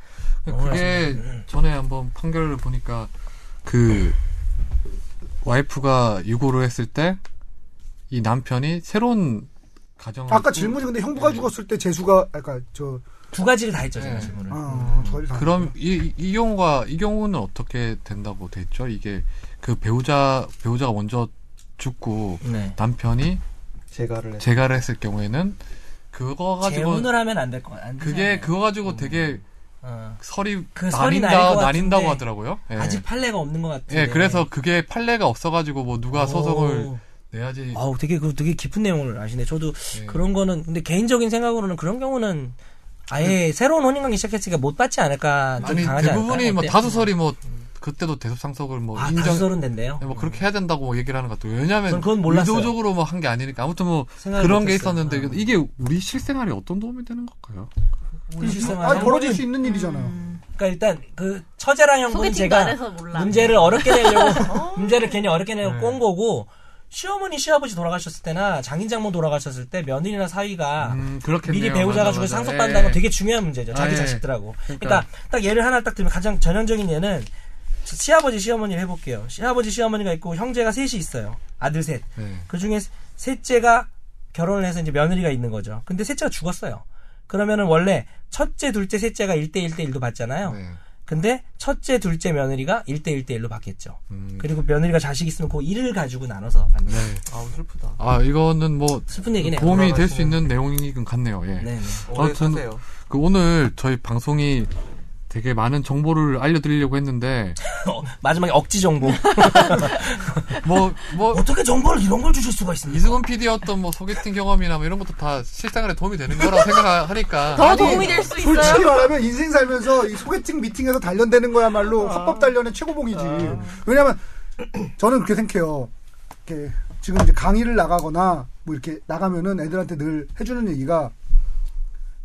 S1: 그게
S2: 네.
S1: 전에 한번 판결을 보니까 그 와이프가 유고를 했을 때 이 남편이 새로운 가정을
S4: 아까
S1: 꾸-
S4: 질문이 근데 형부가
S2: 네.
S4: 죽었을 때 재수가 아까 저
S2: 두 가지를 다 했죠, 제가
S1: 네.
S2: 질문을.
S4: 아, 저희를 다
S1: 그럼 이, 이 경우가 이 경우는 어떻게 된다고 돼 있죠? 이게 그 배우자 배우자가 먼저 죽고
S2: 네.
S1: 남편이
S3: 제가를 해서.
S1: 재가를 했을 경우에는 그거 가지고
S2: 재혼을 하면 안 될 것 같아요.
S1: 그게 그거 가지고 되게
S2: 어.
S1: 설이
S2: 그 설이 날
S1: 나뉜다
S2: 것
S1: 나뉜다고
S2: 같은데
S1: 하더라고요. 예.
S2: 아직 판례가 없는 것 같은데.
S1: 예, 그래서 그게 판례가 없어가지고 뭐 누가 소송을
S2: 오.
S1: 내야지.
S2: 아우 되게 그 되게 깊은 내용을 아시네. 저도
S1: 예.
S2: 그런 거는 근데 개인적인 생각으로는 그런 경우는 아예 새로운 혼인관계 시작했으니까 못 받지 않을까 좀
S1: 네. 아니
S2: 강하지
S1: 대부분이
S2: 않을까?
S1: 뭐 다수설이 뭐 그때도 대섭상속을 뭐
S2: 아
S1: 인정
S2: 다수설은 된대요.
S1: 뭐 그렇게 해야 된다고 뭐 얘기를 하는 것 같아요. 왜냐하면
S2: 저는 그건 몰랐어요.
S1: 의도적으로 뭐 한 게 아니니까 아무튼 뭐
S2: 생각을
S1: 그런 게
S2: 못했어요.
S1: 있었는데
S2: 음.
S1: 이게 우리 실생활에 어떤 도움이 되는 걸까요?
S2: 우리 실생활 음.
S4: 아, 벌어질
S2: 거는-
S4: 수 있는 일이잖아요.
S2: 그러니까 일단 그 처제랑 형부는
S5: 소개팅도 안
S2: 제가
S5: 해서 몰라.
S2: 문제를 어렵게 내려고 [laughs] 문제를 괜히 어렵게
S1: 네.
S2: 내려고 꼰 거고 시어머니 시아버지 돌아가셨을 때나 장인 장모 돌아가셨을 때 며느리나 사위가
S1: 음, 그렇겠네요.
S2: 아, 미리 배우자가
S1: 맞아,
S2: 주고
S1: 맞아.
S2: 상속받는다는 건
S1: 예.
S2: 되게 중요한 문제죠. 자기
S1: 아, 예.
S2: 자식들하고. 그러니까,
S1: 그러니까
S2: 딱 예를 하나 딱 들면 가장 전형적인 예는 시- 시아버지 시어머니를 해볼게요. 시아버지 시어머니가 있고 형제가 셋이 있어요. 아들 셋.
S1: 네.
S2: 그 중에 셋째가 결혼을 해서 이제 며느리가 있는 거죠. 근데 셋째가 죽었어요. 그러면은 원래 첫째, 둘째, 셋째가 1대1대1도 받잖아요.
S1: 네.
S2: 근데 첫째, 둘째 며느리가 1대1대1로 받겠죠.
S1: 음.
S2: 그리고 며느리가 자식 있으면 그 일을 가지고 나눠서 받는
S1: 네.
S2: 거예요.
S3: 아우 슬프다.
S1: 아 이거는 뭐
S2: 슬픈 얘기네요.
S1: 도움이 될 수 있는 내용이긴 같네요. 예.
S2: 네, 네.
S3: 오래
S1: 아무튼-
S3: 사세요.
S1: 그 오늘 저희 방송이 되게 많은 정보를 알려드리려고 했는데
S2: [laughs] 어, 마지막에 억지 정보.
S1: 뭐 뭐
S2: 어떻게 정보를 이런 걸 주실 수가 있습니까?
S1: 이승훈 PD의 어떤 뭐 소개팅 경험이나 뭐 이런 것도 다 실생활에 도움이 되는 거라고 생각하니까
S5: 더 도움이 될 수 있어요.
S4: 아, 솔직히 말하면 인생 살면서 이 소개팅 미팅에서 단련되는 거야말로
S5: 아.
S4: 합법 단련의 최고봉이지. 왜냐면 [clears throat] 저는 그렇게 생각해요. 이렇게 지금 이제 강의를 나가거나 뭐 이렇게 나가면은 애들한테 늘 해주는 얘기가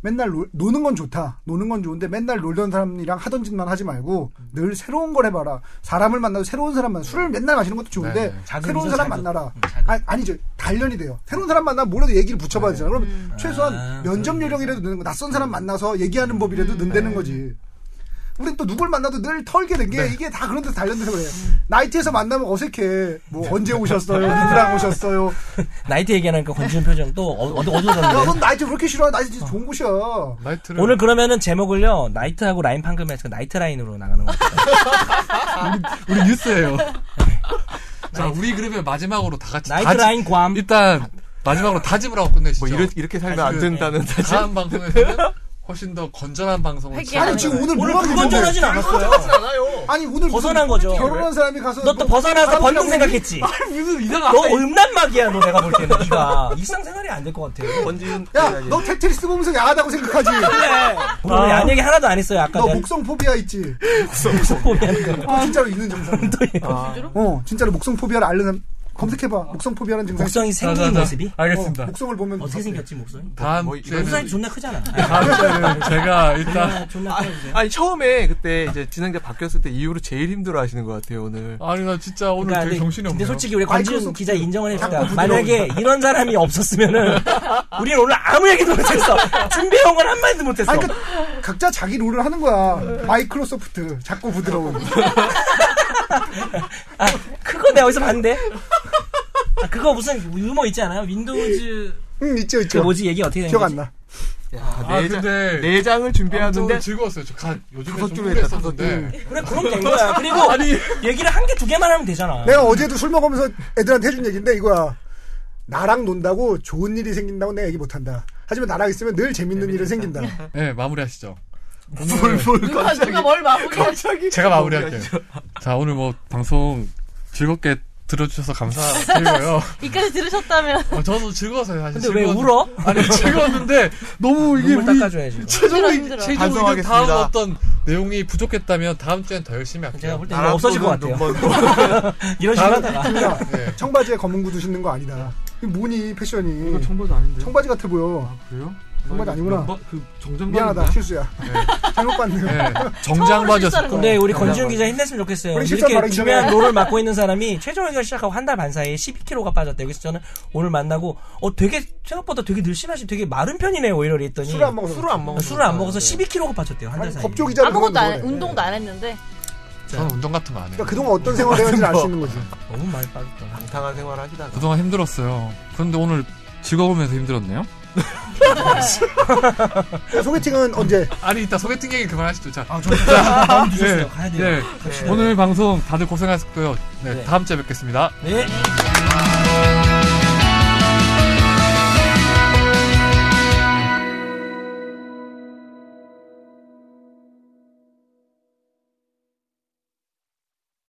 S4: 맨날 놀- 노는 건 좋다. 노는 건 좋은데 맨날 놀던 사람이랑 하던 짓만 하지 말고 늘 새로운 걸 해봐라. 사람을 만나도 새로운 사람만 술을 맨날 마시는 것도 좋은데
S1: 네, 네.
S2: 작은
S4: 새로운
S2: 미소,
S4: 사람
S2: 작은-
S4: 만나라.
S2: 음, 작은.
S4: 아, 니죠 단련이 돼요. 새로운 사람 만나면 뭐라도 얘기를 붙여봐야 되잖아. 그럼 최소한
S2: 아,
S4: 면접 요령이라도 넣는 거 낯선 사람 만나서 얘기하는 법이라도 는다는 거지. 우린 또 누굴 만나도 늘 털게 된 게
S2: 네.
S4: 이게 다 그런 데서 단련돼서 그래요. 나이트에서 만나면 어색해. 뭐
S2: 네.
S4: 언제 오셨어요? 누구랑 오셨어요?
S2: 나이트 얘기하니까 권지훈 표정 또 어- 어두- [laughs]
S4: 야,
S2: 어두워졌는데.
S4: 넌 나이트 왜 이렇게 싫어? 나이트 진짜 좋은 곳이야.
S1: 나이트를
S2: 오늘 그러면은 제목을요 나이트하고 라인 판금해서 나이트 라인으로 나가는 거예요.
S1: 우리 뉴스예요. 자 우리 그러면 마지막으로 다 아, 같이
S2: 나이트
S1: 다 집-
S2: 라인 괌.
S1: 일단 마지막으로 다 집으라고 끝내시죠.
S3: 뭐 이렇, 이렇게 살면 안
S1: 아니,
S3: 된다는
S1: [laughs]
S3: 사실.
S1: 다음 방송에서는 훨씬 더 건전한 방송을
S5: 회귀하는
S1: 취하는
S4: 아니 지금 오늘
S2: 오늘
S4: 뭐 하는
S2: 그건
S4: 건데?
S2: 전하진 않았어요.
S4: 아니 오늘 무슨
S2: 벗어난 거죠.
S4: 결혼한 사람이 가서
S2: 너 또
S4: 뭐
S2: 벗어나서
S4: 사람들하고
S2: 벌금 생각했지. 너 음란막이야 너 내가 볼 때는. 네가 일상생활이 안 될 것 같아.
S3: 번지는
S4: 야, 너 테트리스 보면서 야하다고 생각하지.
S2: 네. 우리 안 얘기 하나도 안 했어요 아까
S4: 너
S2: 내가
S4: 목성 포비아 있지.
S2: 보면 그
S4: 그거 아, 진짜로 있는 증상. 어, 진짜로 목성 포비아를 앓는 사람 검색해봐. 목성 포비아라는 증상.
S2: 목성이 생긴 모습이
S1: 알겠습니다.
S4: 어, 목성을 보면
S2: 어떻게
S4: 어때?
S2: 생겼지 목성이?
S1: 다음
S3: 뭐 이런
S1: 주에는
S2: 목성이 존나 크잖아.
S1: 다음 주에는 제가 일단
S2: 존나 존나 크세요.
S3: 아니 처음에 그때 이제 진행자 바뀌었을 때 이후로 제일 힘들어하시는 것 같아요 오늘.
S1: 아니 나 진짜 오늘
S2: 그러니까
S1: 되게 정신이
S2: 근데
S1: 없네요.
S2: 솔직히 우리 관지훈
S4: 마이크로소프트.
S2: 기자 인정을 해줍니다. 만약에 이런 사람이 없었으면은 우리는 오늘 아무 얘기도 못했어. 준비해온 건 한마디도 못했어.
S4: 아니, 그러니까 각자 자기 롤을 하는 거야. 마이크로소프트, 작고 [laughs] 부드러운.
S2: 아, 그거 내가 어디서 봤는데? 아, 그거 무슨 유머 있지 않아요? 윈도우즈
S4: 응, 있죠,
S2: 그
S4: 있죠.
S2: 뭐지 얘기 어떻게 되는
S4: 기억
S2: 거지?
S4: 안 나.
S3: 야,
S1: 아
S3: 내장,
S1: 근데
S3: 내장을
S1: 아무튼
S3: 준비하는데
S1: 즐거웠어요. 저 가, 요즘에
S3: 다섯
S1: 좀
S3: 줄로 했다,
S1: 후회했었는데
S2: 그래 그럼 된 거야.
S4: [laughs]
S2: 그리고 얘기를 한 개 두 개만 하면 되잖아.
S4: 내가 어제도 술 먹으면서 애들한테 해준 얘기인데 이거야. 나랑 논다고 좋은 일이 생긴다고 내가 얘기 못한다. 하지만 나랑 있으면 늘 재밌는 일이 생긴다.
S1: 네 마무리하시죠.
S5: 누가 누가 뭘 마무리해?
S1: 제가 마무리할게요. [laughs] 자, 오늘 뭐 방송 즐겁게 들어주셔서 [laughs] 감사드리고요.
S5: 이까지 들으셨다면
S1: 어, 저도 즐거웠어요, 사실.
S2: 근데 왜
S1: 즐거웠-
S2: 울어?
S1: 아니, 즐거웠는데 너무 이게
S2: 눈물
S1: 우리
S2: 닦아줘야지.
S1: 최종
S5: 힘들어,
S1: 의-
S5: 힘들어.
S1: 최종 의견
S3: 반성하겠습니다.
S1: 다음 어떤 내용이 부족했다면 다음 주엔 더 열심히
S2: 제가
S1: 할게요.
S2: 볼때 없어질 것 같아요. 이런 식으로 하다가
S4: 야, [laughs]
S1: 네.
S4: 청바지에 검은 구두 신는 거 아니다. 이게 뭐니, 패션이.
S3: 청보도 아닌데.
S4: 청바지 같아 보여.
S3: 그래요?
S4: 정말 아니구나.
S6: 몇 번- 그 정장
S4: 미안하다 실수야. [laughs] 잘못 봤네요.
S1: 네. 정장
S5: 실수하는
S1: 바지였어.
S5: 거예요.
S2: 근데 우리
S3: 감사합니다.
S2: 권지훈 기자 힘냈으면 좋겠어요.
S4: 우리 실전
S2: 이렇게
S4: 발언
S2: 중요한
S4: 있잖아요.
S2: 롤을 맡고 있는 사람이 최종 의견 시작하고 한 달 반 사이에 12kg가 빠졌대요. 그래서 저는 오늘 만나고 어 되게 생각보다 되게 늘씬하시 되게 마른 편이네요. 오히려 이랬더니
S4: 술을 안 먹어서 네.
S3: 술을 안 먹어.
S2: 술을 안 먹어서 12kg가 빠졌대요. 한 달
S4: 아니,
S2: 사이에.
S4: 법조 기자
S5: 아무것도 안, 해- 운동도 안 했는데
S1: 네. 저는 운동 같은 거 안 해요.
S4: 그러니까 그동안 어떤 생활을 해왔는지
S2: 뭐.
S4: 알 수 있는 거지.
S2: 너무 많이 빠졌다.
S3: 방탕한 생활을 하시다가
S1: 그동안 힘들었어요. 그런데 오늘 즐거우면서 힘들었네요.
S4: 자, 소개팅은 언제?
S1: 아니 이따 소개팅 얘기 그만하시죠. 자,
S2: 아, 저 마음 주셨어요.
S1: 네.
S2: 가야 돼요.
S1: 네.
S2: 갑시다.
S1: 오늘 방송 다들 고생하셨고요. 네,
S2: 네.
S1: 다음 주에 뵙겠습니다.
S2: 네.